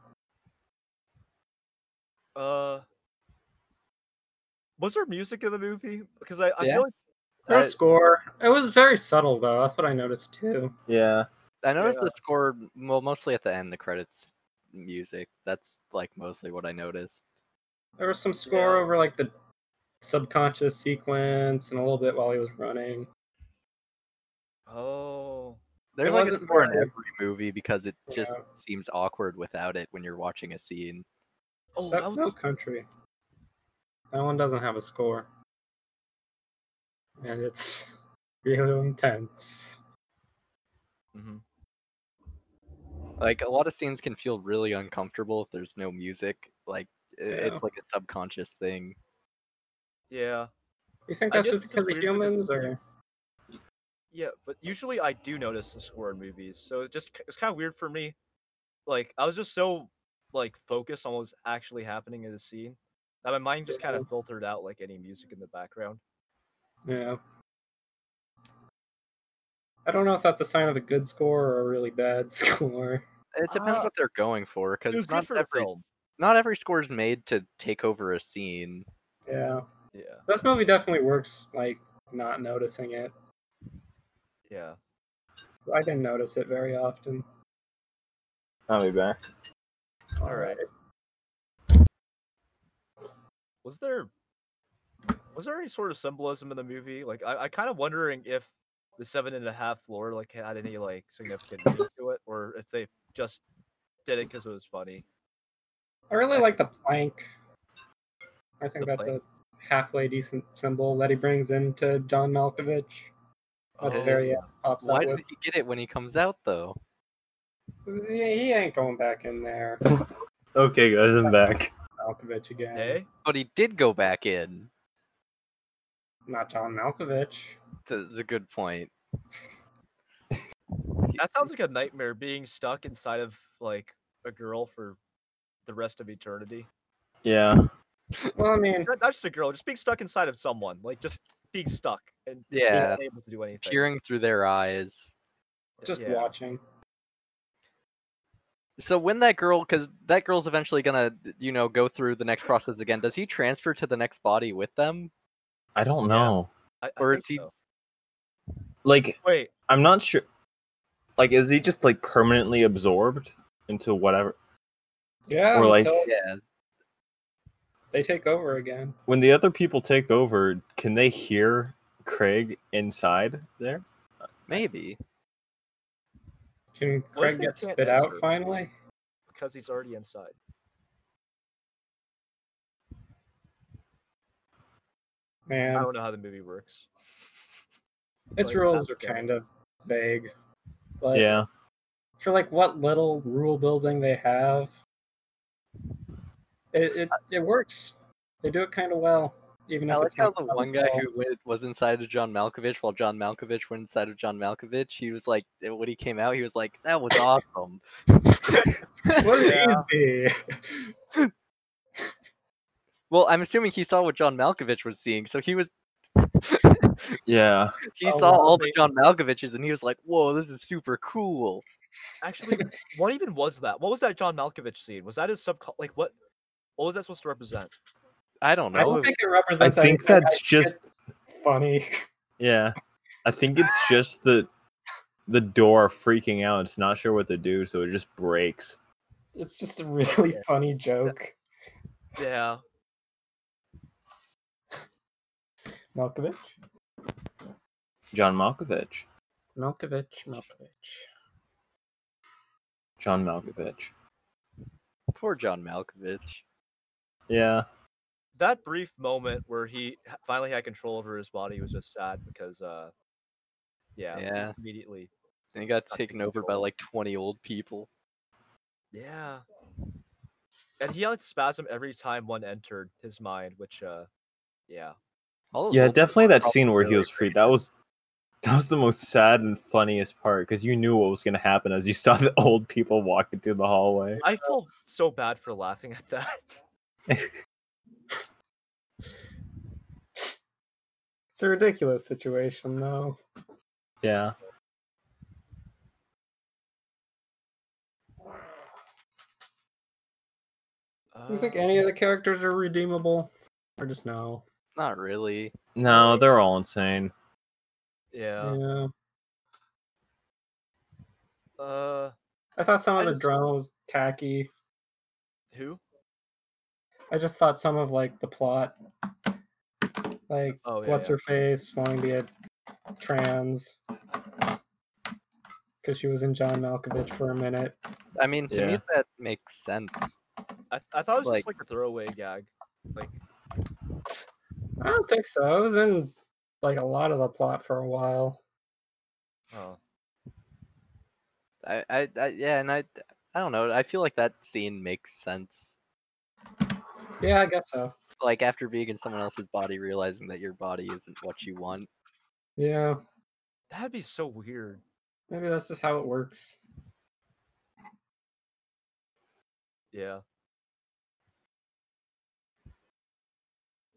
Uh Was there music in the movie? Because I, I
Yeah.
feel like
Their
I-
score. It was very subtle though. That's what I noticed too.
Yeah.
I noticed
Yeah.
the score m- well, mostly at the end, the credits music. That's like mostly what I noticed.
There was some score over like the subconscious sequence and a little bit while he was running.
oh
There's like a
wasn't
score in
bad.
every movie because it just
Yeah.
seems awkward without it when you're watching a scene.
Oh,
Step
that was
No
the-
Country. That one doesn't have a score. And it's really intense.
mhm.
Like a lot of scenes can feel really uncomfortable if there's no music. Like i-
Yeah.
it's like a subconscious thing.
yeah.
You think
I
that's
guess
just
because
because of
we're-
humans or
Yeah, but usually I do notice the score in movies, so it just it's kind of weird for me. Like I was just so like focused on what was actually happening in the scene that my mind just kind of filtered out like any music in the background.
yeah. I don't know if that's a sign of a good score or a really bad score.
It depends
Ah.
what they're going for
It
because
was
not
good for the
every
film.
not every score is made to take over a scene.
Yeah.
Yeah,
This movie definitely works like not noticing it.
yeah.
I didn't notice it very often.
I'll be back.
All right. Was there was there any sort of symbolism in the movie? Like I, I kind of wondering if the seven and a half floor like had any like significant meaning to it, or if they just did it because it was funny.
I really like the plank. I think
The
that's
plank.
a halfway decent symbol that he brings into John Malkovich at the
Oh.
very end. Pops
Why
out
did
with.
he get it when he comes out though?
'Cause He, he ain't going back in there,
Okay, guys, I'm back.
Malkovich again.
Hey,
But he did go back in.
Not John Malkovich.
That's a good point.
that sounds like a nightmare. Being stuck inside of like a girl for the rest of eternity.
Yeah.
Well, I mean,
Not not just a girl, just being stuck inside of someone. Like just being stuck and
Yeah.
being unable to do anything.
Peering through their eyes.
just
Yeah.
watching.
So when that girl, because that girl's eventually gonna, you know, go through the next process again. Does he transfer to the next body with them?
I don't know.
I, I
Or
think
is he-
so.
Like,
Wait,
I'm not sure. Like, is he just like permanently absorbed into whatever?
Yeah,
Or like-
until
Yeah.
they take over again.
When the other people take over, can they hear Craig inside there?
Maybe.
Can
if
Craig
they
get
can't
spit out
enter?
finally?
because he's already inside. I
Man,
don't know how the movie works.
its
like,
rules
that's
are
okay.
kind of vague. But
Yeah.
for like what little rule building they have, it it, it works. They do it kind of well, even
I
if
like
it's
how
not
the
done
one guy
well.
who went, was inside of John Malkovich, while John Malkovich went inside of John Malkovich, he was like, eh, when he came out, he was like, "That was awesome."
What is
Yeah.
he?
well, I'm assuming he saw what John Malkovich was seeing, so he was
Yeah.
he
Oh,
saw
wow,
all the
they-
John Malkoviches, and he was like, "Whoa, this is super cool."
Actually, what even was that? What was that John Malkovich scene? Was that his sub? Like what? What was that supposed to represent?
I don't know.
I don't
it-
think it
I
represents.
think
anything.
that's just
It's funny.
yeah. I think it's just the the door freaking out. It's not sure what to do, so it just breaks.
It's just a really funny joke.
Yeah,
Malkovich,
John Malkovich.
Malkovich, Malkovich.
John Malkovich.
poor John Malkovich.
Yeah.
that brief moment where he h- finally had control over his body was just sad because, uh, yeah, he
Yeah.
immediately,
And he got
Not
taken
taking
over by
control.
like 20 old people.
yeah, and he had spasm every time one entered his mind, which, uh, yeah,
All those
Yeah,
old people
definitely
are
that
probably
scene where he
really
was freed.
crazy.
That was that was the most sad and funniest part because you knew what was gonna happen as you saw the old people walking through the hallway.
I feel so bad for laughing at that.
It's a ridiculous situation, though.
Yeah.
Do you think
Uh,
any of the characters are redeemable, or just no?
Not really.
No, they're all insane.
yeah,
Yeah.
uh,
I thought some of
I
the
just-
drama was tacky.
who?
I just thought some of like the plot, like
Oh, yeah,
what's
yeah.
her face wanting to be a trans because she was in John Malkovich for a minute.
I mean, to me
Yeah.
that makes sense.
I, th- I thought it was
Like-
just like a throwaway gag.
I don't think so. I was in like a lot of the plot for a while.
Oh,
I, I, I yeah, and I, I don't know. I feel like that scene makes sense.
Yeah, I guess so.
Like after being in someone else's body, realizing that your body isn't what you want.
Yeah,
that'd be so weird.
maybe that's just how it works.
Yeah.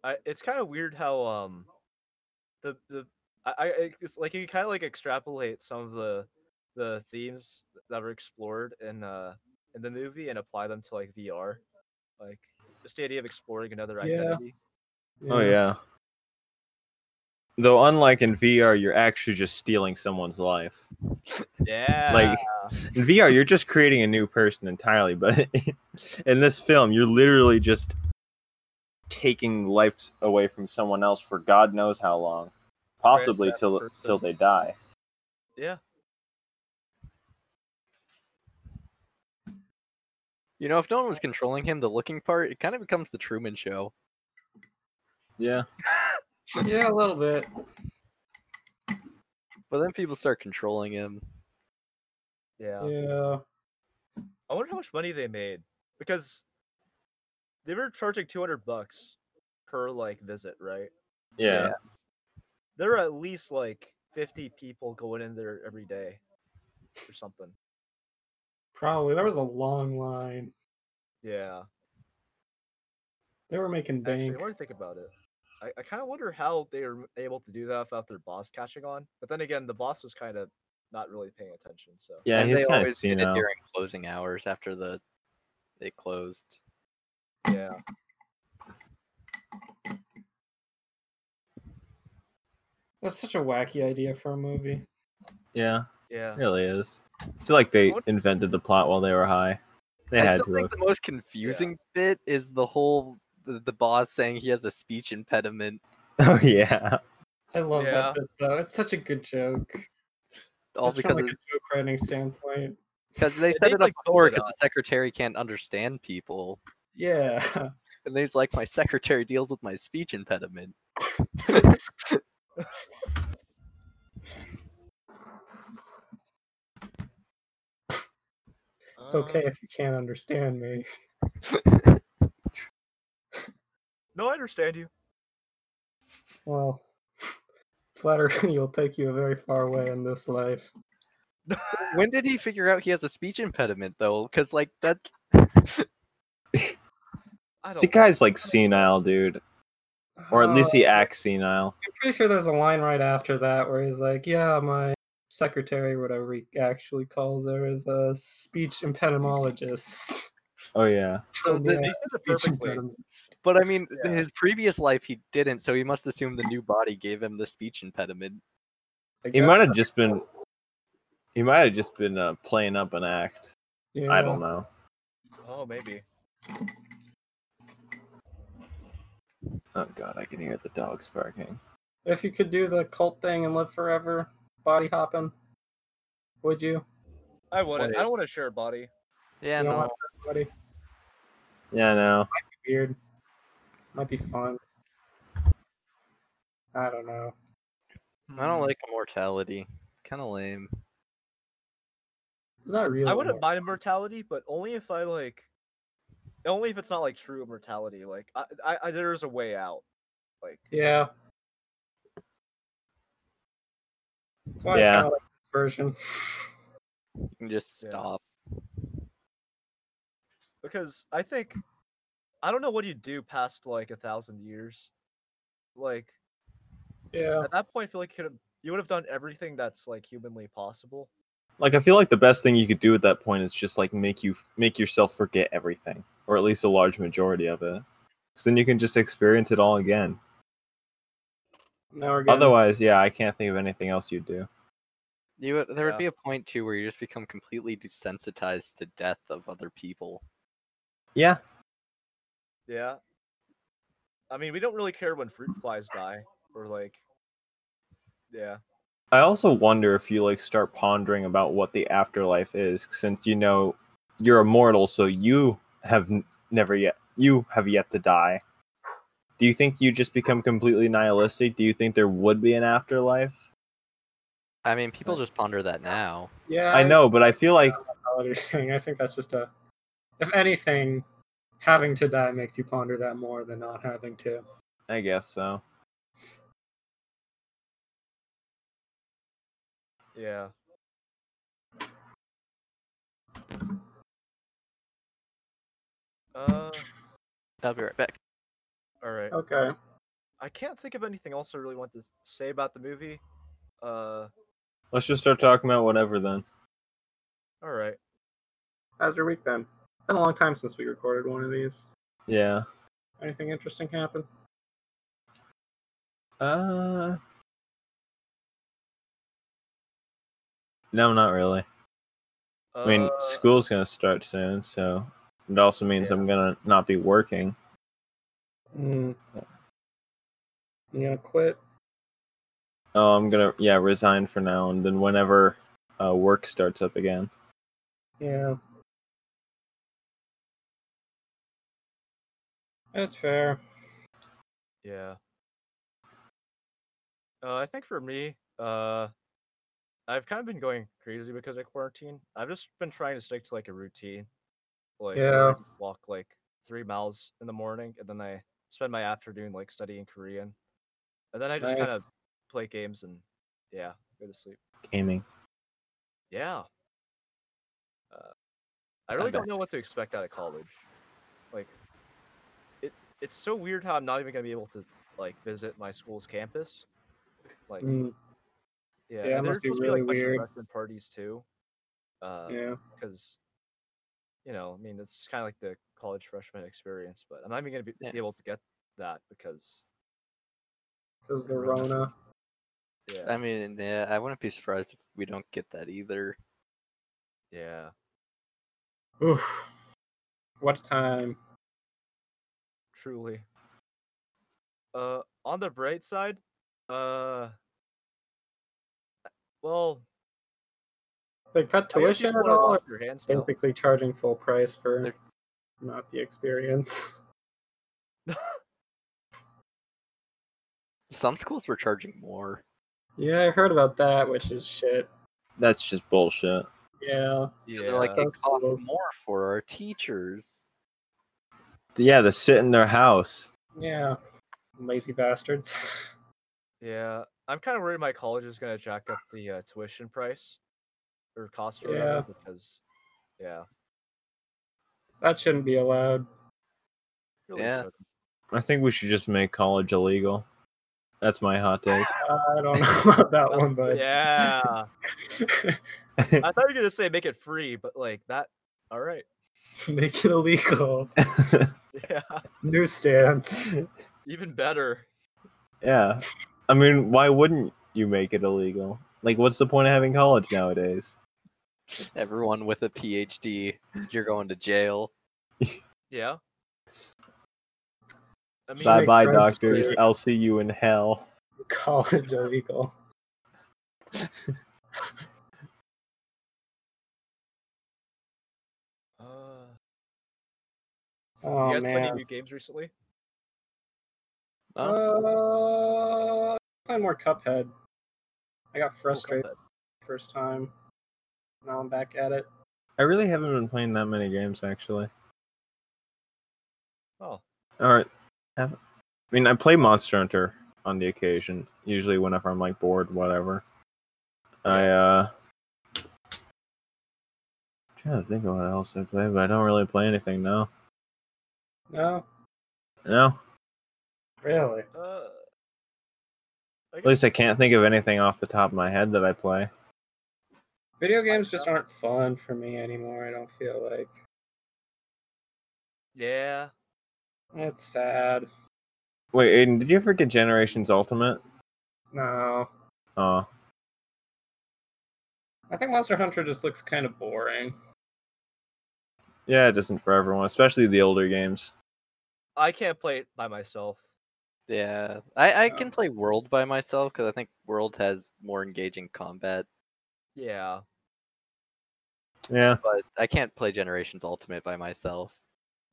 I it's kind of weird how um the the I, I I- it's like you kind of like extrapolate some of the the themes that were explored in uh in the movie and apply them to like VR. Like just the idea of exploring another
Yeah.
identity.
Oh yeah. Though unlike in VR, you're actually just stealing someone's life.
Yeah.
Like in VR, you're just creating a new person entirely, but in this film, you're literally just taking life away from someone else for God knows how long, possibly
Theft
till
person.
till they die.
Yeah.
You know, if no one was controlling him, the looking part, it kind of becomes the Truman Show.
Yeah.
Yeah, a little bit.
But then people start controlling him.
Yeah.
Yeah.
I wonder how much money they made because they were charging 200 bucks per like visit, right?
Yeah.
Yeah.
There are at least like 50 people going in there every day or something.
Probably. There was a long line.
Yeah.
They were making
Actually,
bank.
I want to think about it. I, I kind of wonder how they were able to do that without their boss catching on. But then again, the boss was kind of not really paying attention. So
Yeah,
and
he's
they
kind of
always did
seen
it
out.
during closing hours after the they closed.
yeah.
That's such a wacky idea for a movie.
Yeah,
Yeah.
it really is. It's like they
What-
invented the plot while they were high. They
I
had
still
to
think
have.
the most confusing bit is the whole the, the boss saying he has a speech impediment.
Oh yeah.
I love
Yeah.
that bit though. It's such a good joke.
All
Just
because
from like a
of-
joke writing standpoint.
because they
they,
set it up
like, build
before
it
because
up.
the secretary can't understand people,
Yeah.
and he's like, my secretary deals with my speech impediment.
It's
Uh.
okay
Um,
if you can't understand me.
No, I understand you.
Well, flattery will take you a very far way in this life.
When did he figure out he has a speech impediment though? Because like that's
I don't.
The
know.
guy's like senile, dude, or at
Uh.
least he acts senile.
Uh, I'm pretty sure there's a line right after that where he's like, "Yeah, my secretary, whatever he actually calls her, is a speech impedimologist."
Oh yeah.
So
told me
th-
I
he
had
says it
Speech
perfectly.
impediment.
But I mean,
Yeah.
his previous life he didn't, so he must assume the new body gave him the speech impediment.
I
He might
guess-
have just been. He might have just been uh, playing up an act. I
yeah.
don't know.
Oh, maybe.
Oh god, I can hear the dogs barking.
If you could do the cult thing and live forever, body hopping, would you?
I wouldn't.
Wait.
I don't want to share a body.
Yeah,
You don't
no.
want everybody.
Yeah, no.
Weird. Might be fun. I don't know.
I don't like immortality. Kind of lame.
It's not really.
I wouldn't mind immortality, but only if I like, only if it's not like true immortality. Like, I, I, I there is a way out. Like,
Yeah. That's why I
Yeah.
kind of like this version.
You can just
Yeah.
stop.
because I think, I don't know what you do past like a thousand years. Like
Yeah.
at that point, I feel like you could you would have done everything that's like humanly possible.
Like I feel like the best thing you could do at that point is just like make you make yourself forget everything, or at least a large majority of it. Because then you can just experience it all again.
Now we're getting
Otherwise, yeah, I can't think of anything else you'd do.
You would, there would
Yeah.
be a point too where you just become completely desensitized to death of other people.
Yeah.
Yeah. I mean, we don't really care when fruit flies die or like, yeah.
I also wonder if you like start pondering about what the afterlife is, since you know you're immortal, so you have n- never yet you have yet to die. Do you think you just become completely nihilistic? Do you think there would be an afterlife?
I mean, people just ponder that now.
Yeah.
I know, but I feel like
Mortality thing. I think that's just a. If anything, having to die makes you ponder that more than not having to.
I guess so.
Yeah. Uh,
I'll be right back.
all right.
Okay.
I can't think of anything else I really want to s- say about the movie. Uh,
Let's just start talking about whatever then.
all right.
How's your week been? Been a long time since we recorded one of these.
Yeah.
Anything interesting happen?
Uh. No, not really. I mean,
Uh,
school's gonna start soon, so it also means I'm gonna not be working.
Hmm. Mm. You gonna quit?
oh, I'm gonna yeah resign for now, and then whenever uh, work starts up again.
Yeah. That's fair.
Yeah. Uh, I think for me, uh, I've kind of been going crazy because of quarantine. I've just been trying to stick to like a routine. Like I
Yeah.
walk like three miles in the morning, and then I spend my afternoon like studying Korean, and then I just
Nice.
kind of play games and yeah, go to sleep.
Gaming.
Yeah. Uh, I really
bet.
don't know what to expect out of college. Like, it it's so weird how I'm not even gonna be able to like visit my school's campus. Like,
Mm,
yeah,
Yeah, it
and there's
must be
supposed
really
to be like a
weird.
bunch of freshman parties too. Uh,
yeah.
because you know, I mean, it's just kind of like the college freshman experience, but I'm not even gonna be,
Yeah.
be able to get that because
Because the
Corona.
Rona.
yeah,
I mean, yeah, I wouldn't be surprised if we don't get that either.
yeah,
Oof. What a time.
truly. Uh, on the bright side, uh, well,
They cut
I guess
tuition
you
at
wanna
all?
wash
or
your hands now.
Basically charging full price for
They're-
not the experience.
Some schools were charging more.
Yeah, I heard about that, which is shit.
That's just bullshit.
Yeah.
'cause They're like,
Yeah.
it
Some
costs
schools.
more for our teachers.
Yeah, they sit in their house.
Yeah. Lazy bastards.
Yeah, I'm kind of worried my college is going to jack up the uh, tuition price or cost or
Yeah.
whatever because, yeah,
That shouldn't be allowed.
really
Yeah.
shouldn't.
I think we should just make college illegal. That's my hot take.
I don't know about that one, but
yeah. I thought you were going to say make it free, but like that, all right.
make it illegal.
Yeah,
Newsstands.
even better.
yeah. I mean, why wouldn't you make it illegal? Like, what's the point of having college nowadays?
Everyone with a PhD, you're going to jail.
Yeah. I mean,
Bye
make
bye,
drugs
doctors.
clear.
I'll see you in hell.
College illegal.
uh, you
Oh
guys play any
man.
new games recently?
Oh,
Uh, play more Cuphead. I got
Oh,
frustrated
Cuphead.
the first time. Now I'm back at it.
I really haven't been playing that many games, actually.
Oh,
All right. Have- I mean, I play Monster Hunter on the occasion, usually whenever I'm like bored, whatever. I uh trying to think of what else I play, but I don't really play anything now.
No,
No,
really.
uh, I
at least I can't think of anything off the top of my head that I play.
Video games just aren't fun for me anymore. I don't feel like
yeah.
it's sad.
Wait, Aiden, did you ever get Generations Ultimate?
No,
Oh,
I think Monster Hunter just looks kind of boring.
yeah, it isn't for everyone, especially the older games.
I can't play it by myself.
yeah. I, I
Yeah.
can play World by myself because I think World has more engaging combat,
Yeah.
Yeah,
but I can't play Generations Ultimate by myself.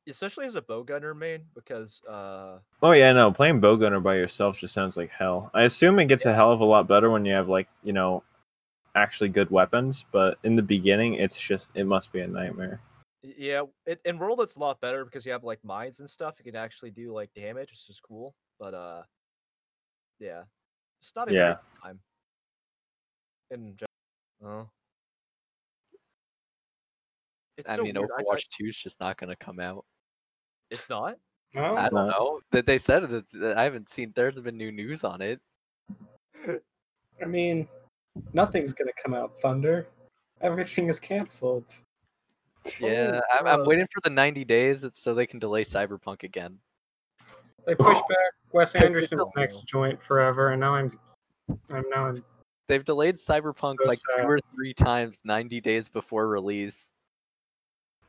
especially as a bow gunner main because uh
Oh yeah, no, playing bowgunner by yourself just sounds like hell. I assume it gets a hell of a lot better when you have like, you know, actually good weapons, but in the beginning it's just it must be a nightmare.
y- yeah it, in world it's a lot better because you have like mines and stuff you can actually do like damage which is cool but uh yeah it's not a
Yeah.
great time in general oh. it's
I
so
mean,
weird. I- I-
Overwatch 2 is just not going to come out.
it's not
No,
I
It's
don't
not.
know that they said it. it's- I haven't seen. There's been new news on it.
I mean, nothing's gonna come out. Thunder. Everything is canceled.
Yeah, I'm, I'm waiting for the 90 days it's so they can delay Cyberpunk again.
They pushed back Wes
Have you
Anderson's
done-
next joint forever, and now I'm, I'm now I'm
They've delayed Cyberpunk
So
like two
sad.
or three times 90 days before release.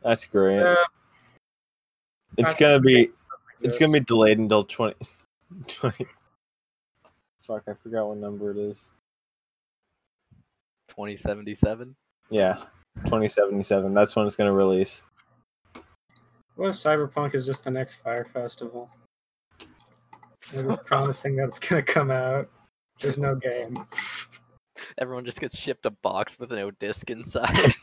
That's great.
Yeah,
it's
not
gonna
sure if
be
it
it's gonna be delayed until 20, 20 Fuck, I forgot what number it is.
2077.
Yeah, 2077. That's when it's gonna release.
What if Cyberpunk is just the next Fire Festival? They're just promising that it's gonna come out. There's no game.
Everyone just gets shipped a box with no disc inside.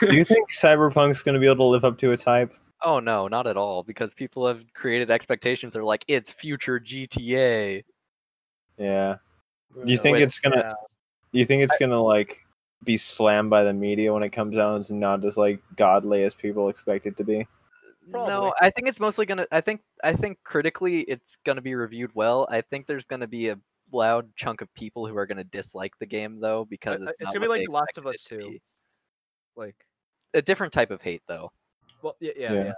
Do you think Cyberpunk's gonna be able to live up to its hype?
oh no, not at all. Because people have created expectations. They're like, it's future GTA.
Yeah. Do you think
Wait,
it's gonna?
yeah.
Do you think it's gonna like be slammed by the media when it comes out? and It's not as like godly as people expect it to be.
Probably.
No, I think it's mostly gonna. I think I think critically, it's gonna be reviewed well. I think there's gonna be a loud chunk of people who are gonna dislike the game though because
I-
it's,
it's
not
gonna be
what
like
they
The Last of
expected it to
Us too.
be.
Like,
A different type of hate though,
well, yeah, yeah,
Yeah.
yeah.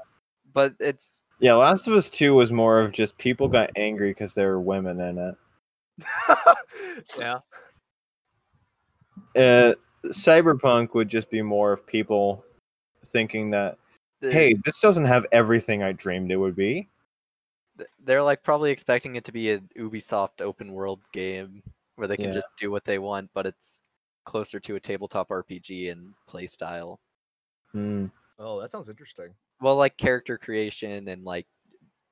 but it's
Yeah, Last of Us Two was more of just people got angry because there were women in it.
yeah.
Uh, Cyberpunk would just be more of people thinking that
they're-
hey, this doesn't have everything I dreamed it would be.
th- they're like probably expecting it to be an Ubisoft open world game where they can
Yeah.
just do what they want, but it's closer to a tabletop RPG and play style.
Hmm.
Oh, that sounds interesting.
Well, like character creation and like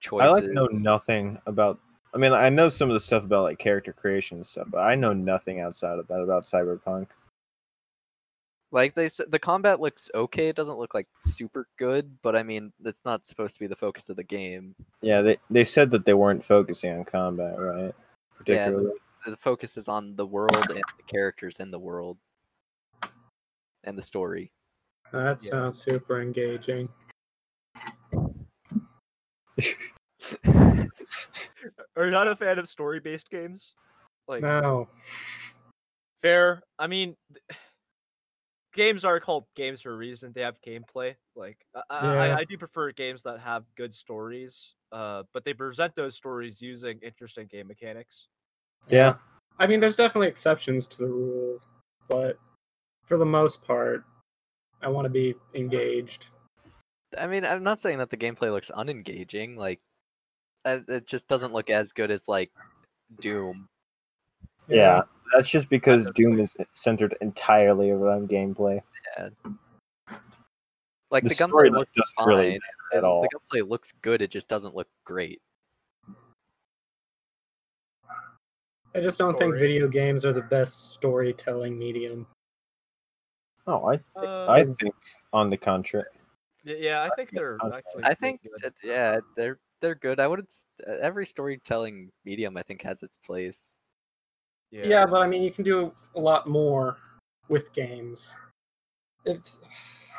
choices.
I like know nothing about. I mean, I know some of the stuff about like character creation and stuff, but I know nothing outside of that about Cyberpunk.
Like they said, the combat looks okay. It doesn't look like super good, but I mean, it's not supposed to be the focus of the game.
Yeah, they they said that they weren't focusing on combat, right?
Yeah,
Particularly.
The focus is on the world and the characters in the world and the story.
That
Yeah.
sounds super engaging.
Are you not a fan of story-based games? Like,
No.
fair. I mean, th- games are called games for a reason. They have gameplay. Like, I, I
Yeah.
I, I do prefer games that have good stories, uh, but they present those stories using interesting game mechanics.
Yeah.
I mean, there's definitely exceptions to the rule, but for the most part, I want to be engaged.
I mean, I'm not saying that the gameplay looks unengaging. Like, uh, it just doesn't look as good as like Doom.
yeah, That's just because
That's
Doom is centered entirely around gameplay.
Like
The
the,
story
gameplay
look
looks
doesn't
fine.
really at
and
all.
The gameplay looks good. It just doesn't look great.
I just don't think
Story.
video games are the best storytelling medium.
No, I
Uh,
I think on the contrary.
y- yeah, I
think
think they're
that's
actually.
I
really
think
good.
that yeah, they're they're good. I would not every storytelling medium I think has its place.
Yeah. but I mean, you can do a lot more with games. It's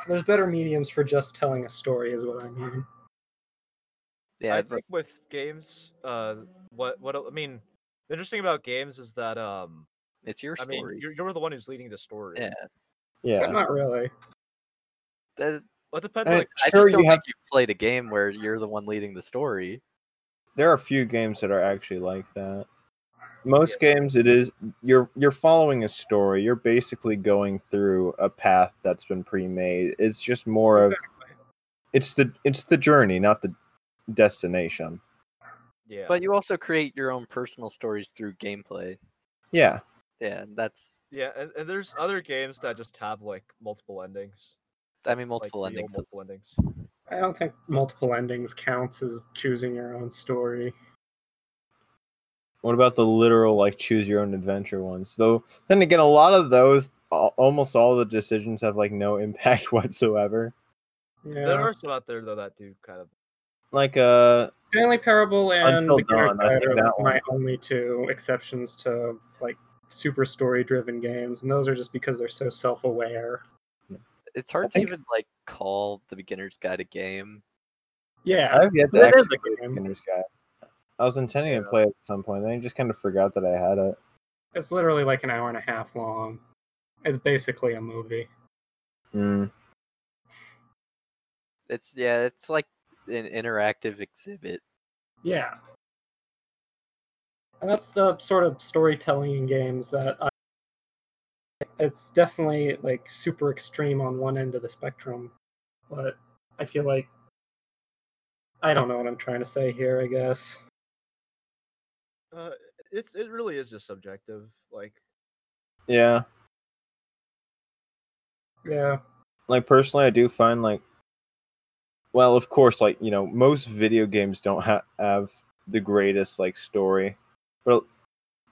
there's better mediums for just telling a story, is what I mean.
Yeah,
I
but
think with games, uh, what what I mean, the interesting about games is that um,
it's your
I
story.
mean, you're, you're the one who's leading the story.
Yeah.
Except
Yeah.
not really.
That-
Well, it depends.
Uh,
like,
I
Sure,
just
you
don't
have-
think you played a game where you're the one leading the story.
There are a few games that are actually like that. Most games it is you're you're following a story. You're basically going through a path that's been pre-made. It's just more of it's the it's the journey, not the destination.
yeah,
But you also create your own personal stories through gameplay.
Yeah.
Yeah, and that's
yeah, and, and there's other games that just have like multiple endings.
I mean
like,
multiple
real
endings.
Multiple endings.
I don't think multiple endings counts as choosing your own story.
What about the literal like choose your own adventure ones? Though then again, a lot of those, al- almost all the decisions have like no impact whatsoever.
Yeah.
There are some out there though that do kind of.
Like uh,
Stanley Parable and
Until
Beginner's
Dawn, I
Guide
think
are
that
like, my
one-
only two exceptions to like super story driven games, and those are just because they're so self aware.
It's hard
think-
to even like call the beginner's guide a game.
Yeah,
I've yet to
that is
actually
a
play
game.
Beginner's Guide. I was intending to
Yeah.
play it at some point, then I just kind of forgot that I had it.
It's literally like an hour and a half long. It's basically a movie.
Mm.
It's yeah, it's like an interactive exhibit.
Yeah. And that's the sort of storytelling in games that I. It's definitely like super extreme on one end of the spectrum, but I feel like. I don't know what I'm trying to say here, I guess.
uh, it's it really is just subjective. Like
Yeah.
Yeah.
Like personally I do find like well, of course, like, you know, most video games don't ha- have the greatest like story, but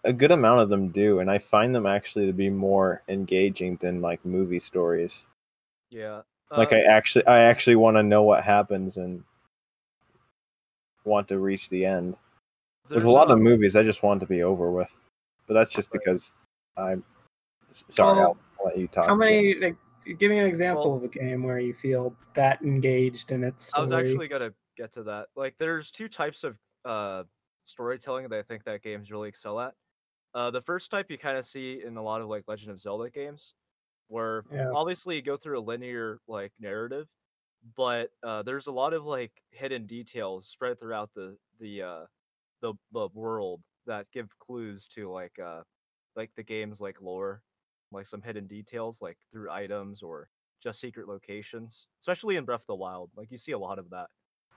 a good amount of them do, and I find them actually to be more engaging than like movie stories.
yeah,
like
uh,
I actually I actually want to know what happens and want to reach the end. There's a
there's,
lot
uh,
of movies I just want to be over with, but that's just
Right.
because I'm s- sorry.
Well,
I'll let you talk.
How
Jim.
many? Like, give me an example
Uh, Well-
of a game where you feel that engaged in its story.
I was actually gonna get to that. Like, there's two types of uh, storytelling that I think that games really excel at. Uh, the first type you kind of see in a lot of like Legend of Zelda games, where
Yeah.
obviously you go through a linear like narrative, but uh, there's a lot of like hidden details spread throughout the the uh, the the world that give clues to like uh, like the game's like lore, like some hidden details like through items or just secret locations, especially in Breath of the Wild. Like you see a lot of that.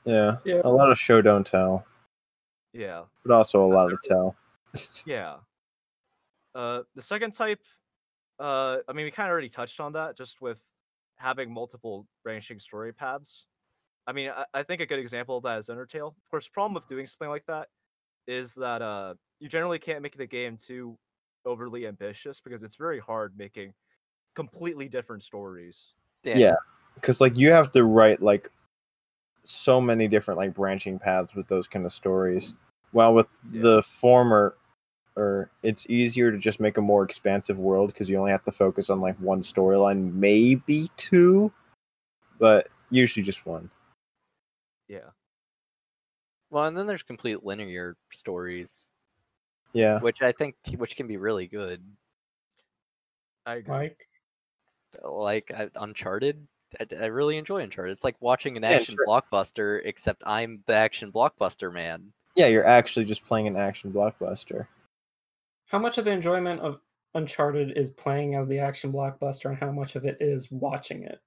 Yeah,
Yeah.
a lot of show don't tell,
Yeah,
but also a lot of tell.
yeah. Uh, the second type, uh, I mean, we kind of already touched on that, just with having multiple branching story paths. I mean, I, I think a good example of that is Undertale. Of course, the problem with doing something like that is that uh, you generally can't make the game too overly ambitious because it's very hard making completely different stories.
Damn,
Yeah. because like you have to write like so many different like branching paths with those kind of stories while with
Yeah.
the former or it's easier to just make a more expansive world because you only have to focus on like one storyline maybe two but usually just one
Yeah.
Well, and then there's complete linear stories,
yeah
which I think which can be really good.
I agree.
Mike.
Like I, Uncharted, I, I really enjoy Uncharted. It's like watching an
Yeah,
action
sure.
blockbuster, except I'm the action blockbuster man.
yeah you're actually just playing an action blockbuster
How much of the enjoyment of Uncharted is playing as the action blockbuster, and how much of it is watching it?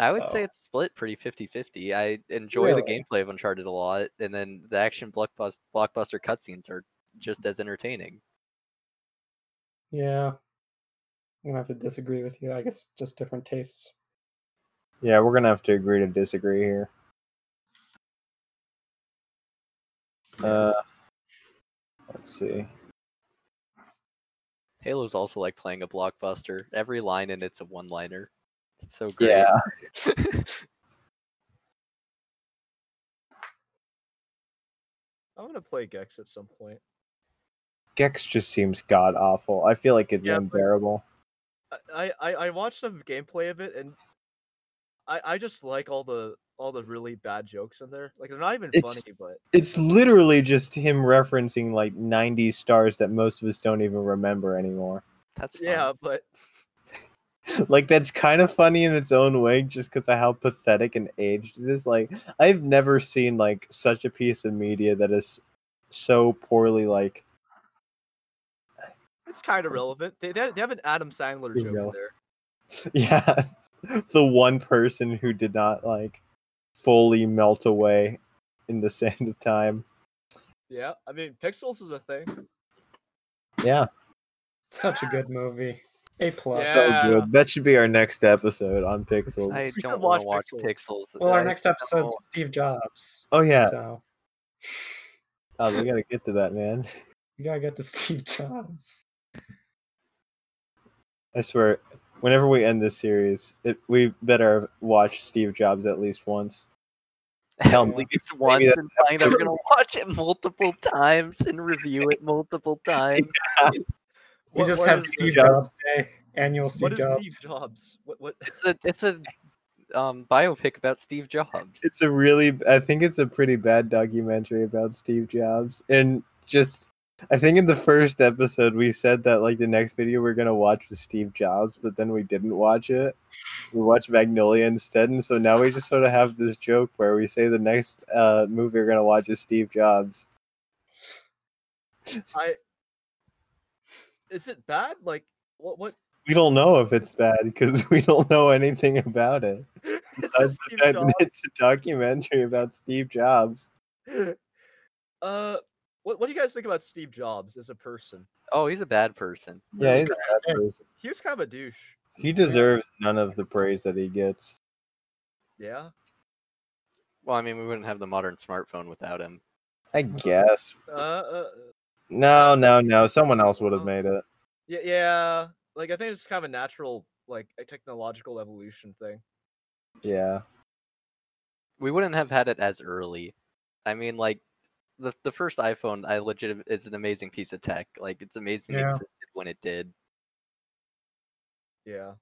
I would
Oh.
say it's split pretty 50-50. I enjoy the
Really?
gameplay of Uncharted a lot, and then the action blockbuster blockbuster cutscenes are just as entertaining.
Yeah. I'm gonna have to disagree with you. I guess just different tastes.
yeah we're gonna have to agree to disagree here uh let's see
Halo's also like playing a blockbuster. Every line in it's a one-liner. It's so great.
yeah
I'm gonna play Gex at some point.
gex just seems god awful i feel like it's
Yeah, but-
unbearable
I, I I watched some gameplay of it and I I just like all the all the really bad jokes in there. Like they're not even
It's-
funny, but
It's literally just him referencing like 90s stars that most of us don't even remember anymore.
That's fun.
yeah, but
Like that's kind of funny in its own way just cuz of how pathetic and aged it is. Like I've never seen like such a piece of media that is so poorly like
it's kind of relevant. They, they they have an Adam Sandler
You're
joke in
relevant.
there.
yeah, the one person who did not like fully melt away in the sand of time.
Yeah, I mean Pixels is a thing.
Yeah,
Such a good movie. A plus.
so
Yeah.
good. That should be our next episode on Pixels.
I
should
don't want to watch
watch
Pixels.
Well, our
I
next
don't
episode's
know.
Steve Jobs.
Oh yeah,
So
oh, we gotta get to that, man.
we gotta get to Steve Jobs.
I swear, whenever we end this series, it, we better watch Steve Jobs at least once. Hell,
at
maybe
least once
that's
and find I'm gonna watch it multiple times and review it multiple times.
We
What-
just
what
have
is-
Steve
Jobs?
Jobs Day, annual
What
Steve
is
Jobs.
Steve Jobs? What what?
It's a it's a um biopic about Steve Jobs.
It's a really, I think it's a pretty bad documentary about Steve Jobs, and just, I think in the first episode we said that like the next video we're gonna watch was Steve Jobs, but then we didn't watch it. We watched Magnolia instead, and so now we just sort of have this joke where we say the next uh, movie we're gonna watch is Steve Jobs.
I is it bad? Like what what?
We don't know if it's bad because we don't know anything about it.
It's
I
just Steve
said
Jobs.
It's a documentary about Steve Jobs.
Uh, what what, what do you guys think about Steve Jobs as a person?
Oh, he's a bad person.
Yeah, he's a bad person.
He was kind of a douche.
He deserves none of the praise that he gets.
Yeah.
Well, I mean, we wouldn't have the modern smartphone without him.
I guess.
Uh, uh
No, no, no. Someone else would have made it.
yeah, yeah. Like I think it's kind of a natural, like a technological evolution thing.
Yeah.
We wouldn't have had it as early. I mean, like the the first iPhone, I legit it's an amazing piece of tech. Like it's amazing it
Yeah.
existed when it did.
Yeah.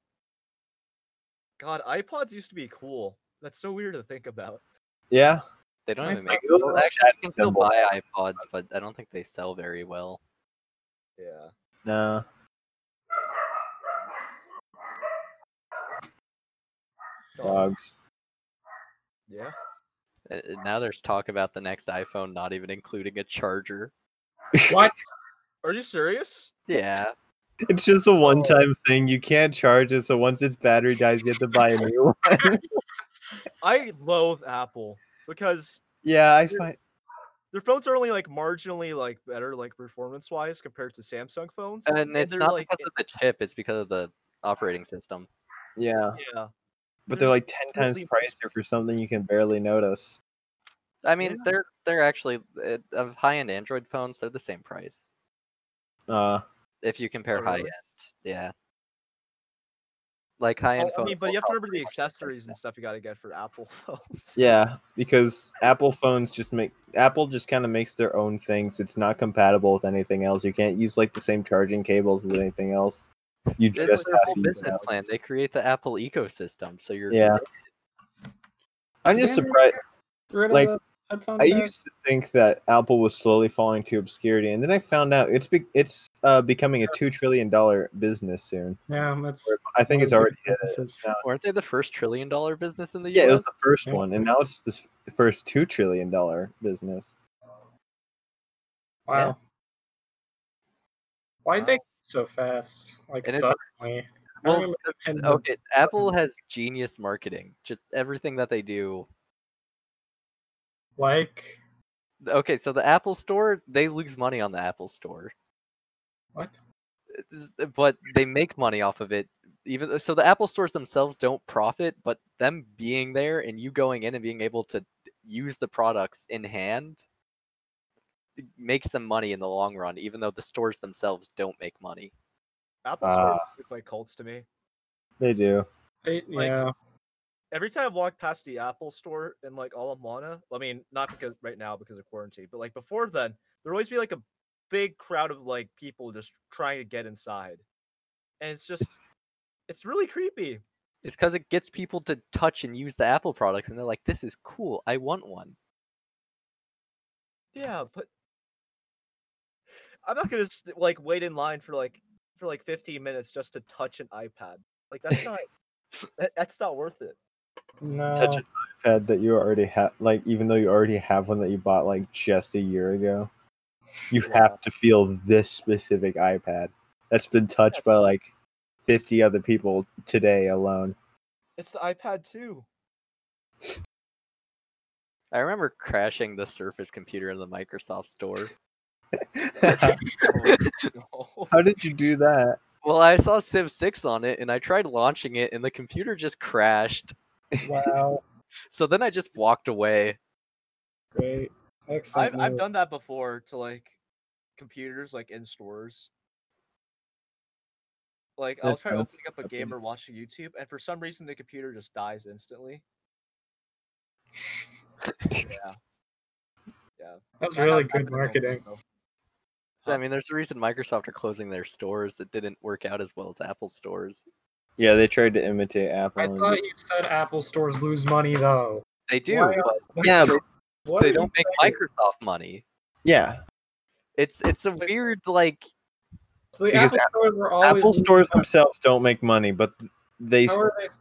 God, iPods used to be cool. That's so weird to think about.
Yeah.
They don't
My
even make.
those
well,
are
Actually, you
status
can still
symbols.
buy iPods, but I don't think they sell very well.
Yeah.
No.
God,
Dogs.
Yeah.
Uh, uh, Now there's talk about the next iPhone not even including a charger.
What?
Are you serious?
Yeah,
It's just a one time thing. You can't charge it, so once its battery dies, you have to buy a new one.
I loathe Apple because
yeah, I find
their phones are only like marginally like better like performance wise compared to Samsung phones.
and it's
they're,
not
like,
because of the chip; it's because of the operating system.
yeah.
Yeah.
But they're
There's
like ten times
totally-
pricier for something you can barely notice.
I mean, they're they're actually uh, of high-end Android phones. They're the same price
Uh
if you compare
Oh, really?
high-end. Yeah, like high-end
Oh, I
phones.
mean, but
will
you have to
cost
remember the
pretty much same price
accessories and stuff you got to get for Apple phones.
yeah, because Apple phones just make Apple just kind of makes their own things. It's not compatible with anything else. You can't use like the same charging cables as anything else. You
now. It's
just
their
have
whole
to use
business
Apple.
plan. They create the Apple ecosystem, so you're
Yeah. I'm just
Yeah.
surprised.
Get rid of
Like,
the headphone
I
jack.
used to think that Apple was slowly falling to obscurity, and then I found out it's be- it's uh, becoming a two trillion dollar business soon.
Yeah, that's.
I think it's already hit it.
This is-
weren't they the first trillion-dollar business in the
Yeah, it
U.S.?
was the first
Yeah.
one, and now it's this first two trillion dollar business.
Wow.
Yeah.
Why'd they go so fast? Like
And it's-
suddenly. I
Well,
remember them in the-
Okay, Apple has genius marketing. Just everything that they do.
like
Okay, so the Apple Store, they lose money on the Apple Store,
what?
It's- but they make money off of it. Even so, the Apple stores themselves don't profit, but them being there and you going in and being able to use the products in hand it makes them money in the long run, even though the stores thores don't make money.
Apple
Ah.
stores look like cults to me.
They do.
I-
Like-
yeah.
Every time I walk past the Apple store in like Alamana, I mean, not because right now because of quarantine, but like before then, there'd always be like a big crowd of like people just trying to get inside. And it's just, it's really creepy.
It's because it gets people to touch and use the Apple products, and they're like, "This is cool. I want one."
Yeah, but I'm not gonna s- like wait in line for like for like 15 minutes just to touch an iPad. Like that's not that, that's not worth it.
No.
Touch an iPad that you already have, like even though you already have one that you bought like just a year ago, you
Yeah.
have to feel this specific iPad that's been touched by like fifty other people today alone.
It's the iPad too.
I remember crashing the Surface computer in the Microsoft store.
Oh No.
How did you do that?
Well, I saw Civ 6 on it and I tried launching it and the computer just crashed.
Wow.
So then I just walked away.
Great. Excellent.
I've I've
move.
done that before to like computers like in stores. Like I'll
That
try opening
sounds
up a game or watching YouTube, and for some reason the computer just dies instantly. yeah. Yeah.
That's
That
really
happened
good
to me
marketing.
also.
I mean, there's a reason Microsoft are closing their stores. It didn't work out as well as Apple stores.
Yeah, they tried to imitate Apple.
I
and
thought you said Apple stores lose money though.
They do,
Why
but
Yeah, but-
What
they
are
don't
you saying?
make Microsoft money.
yeah.
It's it's a
Wait.
weird like
So the
because
Apple stores were always
Apple
losing
stores
money.
themselves don't make money, but they
How are they s-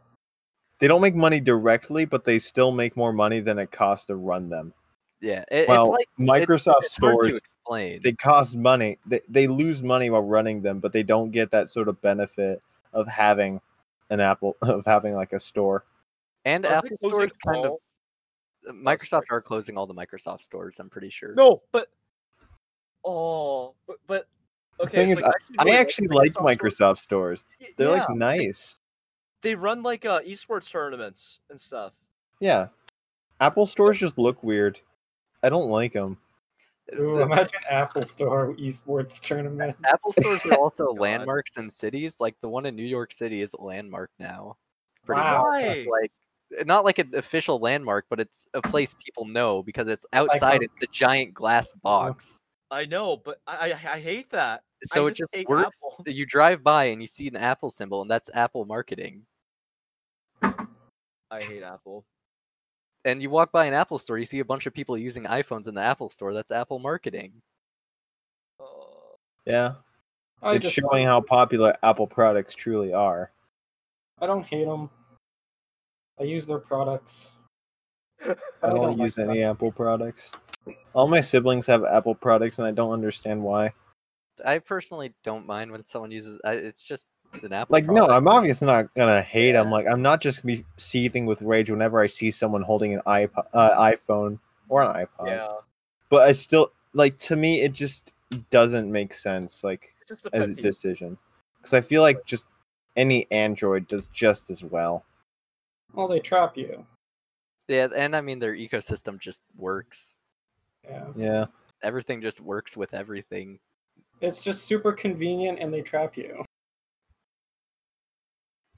they don't make money directly, but they still make more money than it costs to run them.
yeah, it,
Well,
it's like it's-
Microsoft
it's hard to
stores
explain.
they cost money. They they lose money while running them, but they don't get that sort of benefit of having an Apple of having like a store.
and
Are they
Apple
closing
stores kind uh,
all-
of Microsoft are closing all the Microsoft stores, I'm pretty sure.
No, but Oh, but, but okay.
thing
it's
is,
like,
I
really
actually like
stores.
Microsoft stores.
Y-
They're
yeah,
like nice.
they run like uh esports tournaments and stuff.
Yeah. Apple stores just look weird. I don't like them.
Ooh,
The
imagine Apple Store esports tournament.
Apple stores are also
God.
landmarks in cities. Like the one in New York City is a landmark now. Pretty
Wow.
much. It's Like eh, not like an official landmark, but it's a place people know because it's outside.
iconic.
It's a giant glass box.
I know, but I I, I hate that.
So it
just
just
hate
works.
Apple.
You drive by and you see an Apple symbol, and that's Apple marketing.
I hate Apple.
and you walk by an Apple store, you see a bunch of people using iPhones in the Apple store. That's Apple marketing.
Oh,
Yeah.
I
it's
just
showing how popular Apple products truly are.
I don't hate them. I use their products.
I
I
don't,
don't like
use any Apple products. All my siblings have Apple products, and I don't understand why.
I personally don't mind when someone uses. I, it's just an Apple.
Like, no,
product.
I'm obviously not gonna hate them. Like, I'm not just gonna be seething with rage whenever I see someone holding an iPod, uh, iPhone or an iPod.
yeah,
But I still like to me, it just doesn't make sense. Like
it's just a
as a
pet peeve.
decision, because I feel like just any Android does just as well.
Well, they trap you.
Yeah, and I mean their ecosystem just works.
Yeah.
Yeah,
Everything just works with everything.
It's just super convenient and they trap you.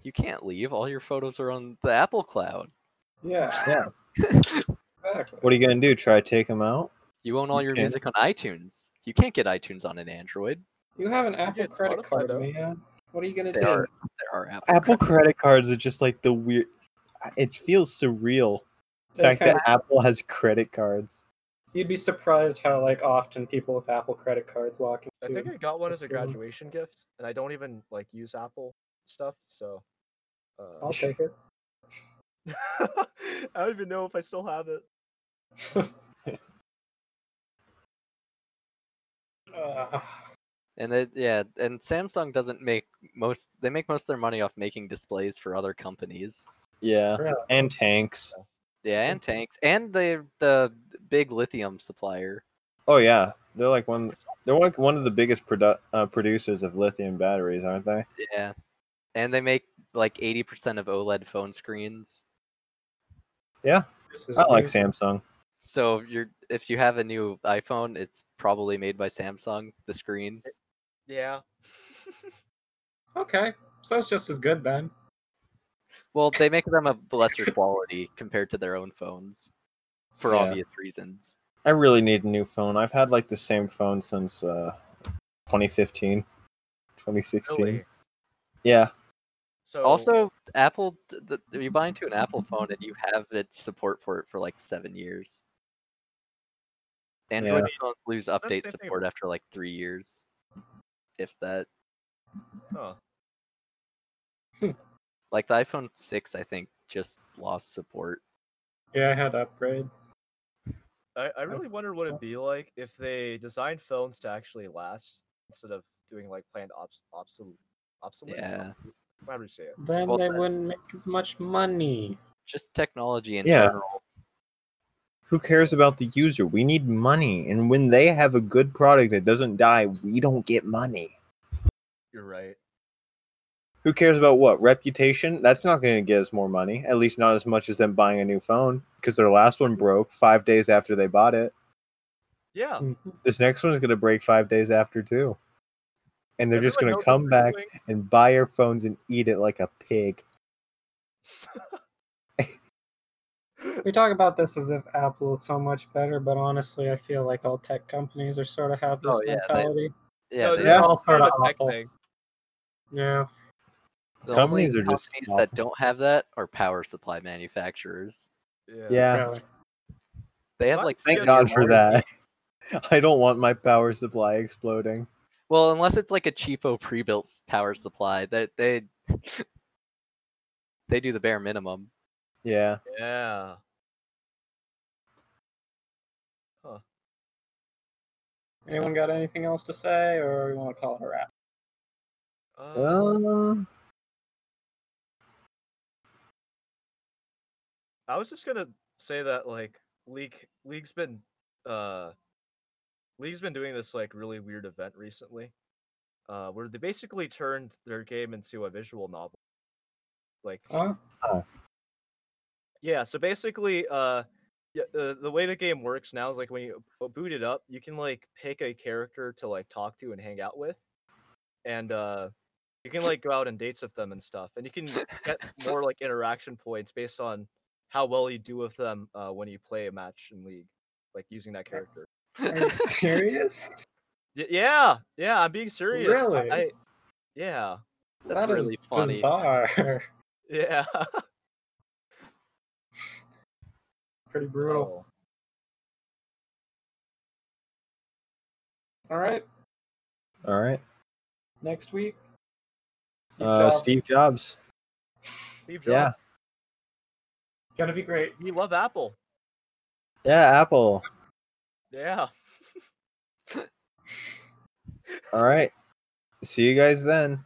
You can't leave. All your photos are on the Apple Cloud.
Yeah,
yeah.
exactly.
What are you gonna do? Try to take them out?
You own all
You
your
can.
music on iTunes. You can't get iTunes on an Android.
You have an Apple
get
credit
Spotify,
card,
though.
man. What are you gonna
There
do?
are there are Apple.
Apple
credit-
credit cards are just like the weird. It feels surreal. The
They're
fact
kinda-
that Apple has credit cards.
You'd be surprised how like often people with Apple credit cards walk
I
into.
think I got one as a
That's cool.
graduation gift, and I don't even like use Apple stuff, so. Uh,
I'll take it.
I don't even know if I still have it.
Uh,
And it, yeah, and Samsung doesn't make most. They make most of their money off making displays for other companies.
Yeah,
Really?
and tanks.
Yeah,
So-
and tanks, and the the big lithium supplier.
Oh yeah, they're like one. They're like one of the biggest produ- uh, producers of lithium batteries, aren't they?
Yeah, and they make like eighty percent of OLED phone screens.
this is
I like
weird.
Samsung.
So if you're if you have a new iPhone, it's probably made by Samsung. The screen.
Yeah.
Okay, so it's just as good then.
Well, they make them of lesser quality compared to their own phones, for
Yeah.
obvious reasons.
I really need a new phone. I've had like the same phone since uh, 2015, 2016.
Really.
Yeah,
So
Also, Apple. th- th- you buy into an Apple phone and you have its support for it for like seven years. Android phones lose
the
update
same thing.
support after like three years, if that.
huh.
Like the iPhone 6, I think, just lost support.
Yeah, I had to upgrade.
I, I really wonder what it'd be like if they designed phones to actually last instead of doing like planned obs- obsolete. Obsolete.
Yeah.
How do you say it?
Then
Well,
they
that-
wouldn't make as much money.
Just technology in
Yeah.
general.
who cares about the user? We need money, and when they have a good product that doesn't die, we don't get money.
You're right.
Who cares about what reputation? That's not going to get us more money. At least not as much as them buying a new phone because their last one broke five days after they bought it.
Oh.
Yeah.
Mhm.
This next one's going to break five days after too, and they're just
everyone
going
knows
to
what
come
they're
back
doing.
and buy your phones and eat it like a pig.
We talk about this as if Apple is so much better, but honestly, I feel like all tech companies are sort of have this
Oh, yeah, they-
mentality.
Yeah,
No,
they-
there's
Yeah.
a-
All sorta
there's a tech
awful.
thing.
Yeah.
the only
companies are just
companies that
awful.
don't have that are power supply manufacturers.
Yeah.
Yeah,
really.
They have
What?
like
Thank
70
God for that.
warranties.
I don't want my power supply exploding.
Well, unless it's like a cheapo pre-built s- power supply, that they they do the bare minimum.
Yeah,
Yeah.
Anyone got anything else to say, or you want to call it a wrap?
Uh,
um,
I was just gonna say that like league league's been uh League's been doing this like really weird event recently, uh, where they basically turned their game into a visual novel. Like,
Huh?
yeah. So basically, uh, yeah, uh, the way the game works now is like when you o- boot it up, you can like pick a character to like talk to and hang out with, and uh, you can like go out on dates with them and stuff, and you can get more like interaction points based on how well you do with them uh, when you play a match in League, like using that character.
Are you serious?
Y- yeah, yeah, I'm being serious.
Really?
I, yeah,
That's
That is
really funny.
Bizarre.
yeah.
Pretty brutal.
Oh.
Oh,
All right.
All right.
Next week. Steve
Uh,
Jobs.
Steve Jobs.
Steve
Yeah.
Jobs.
Gonna be great.
Yeah. You love Apple.
Yeah, Apple.
Yeah.
All right. See you guys then.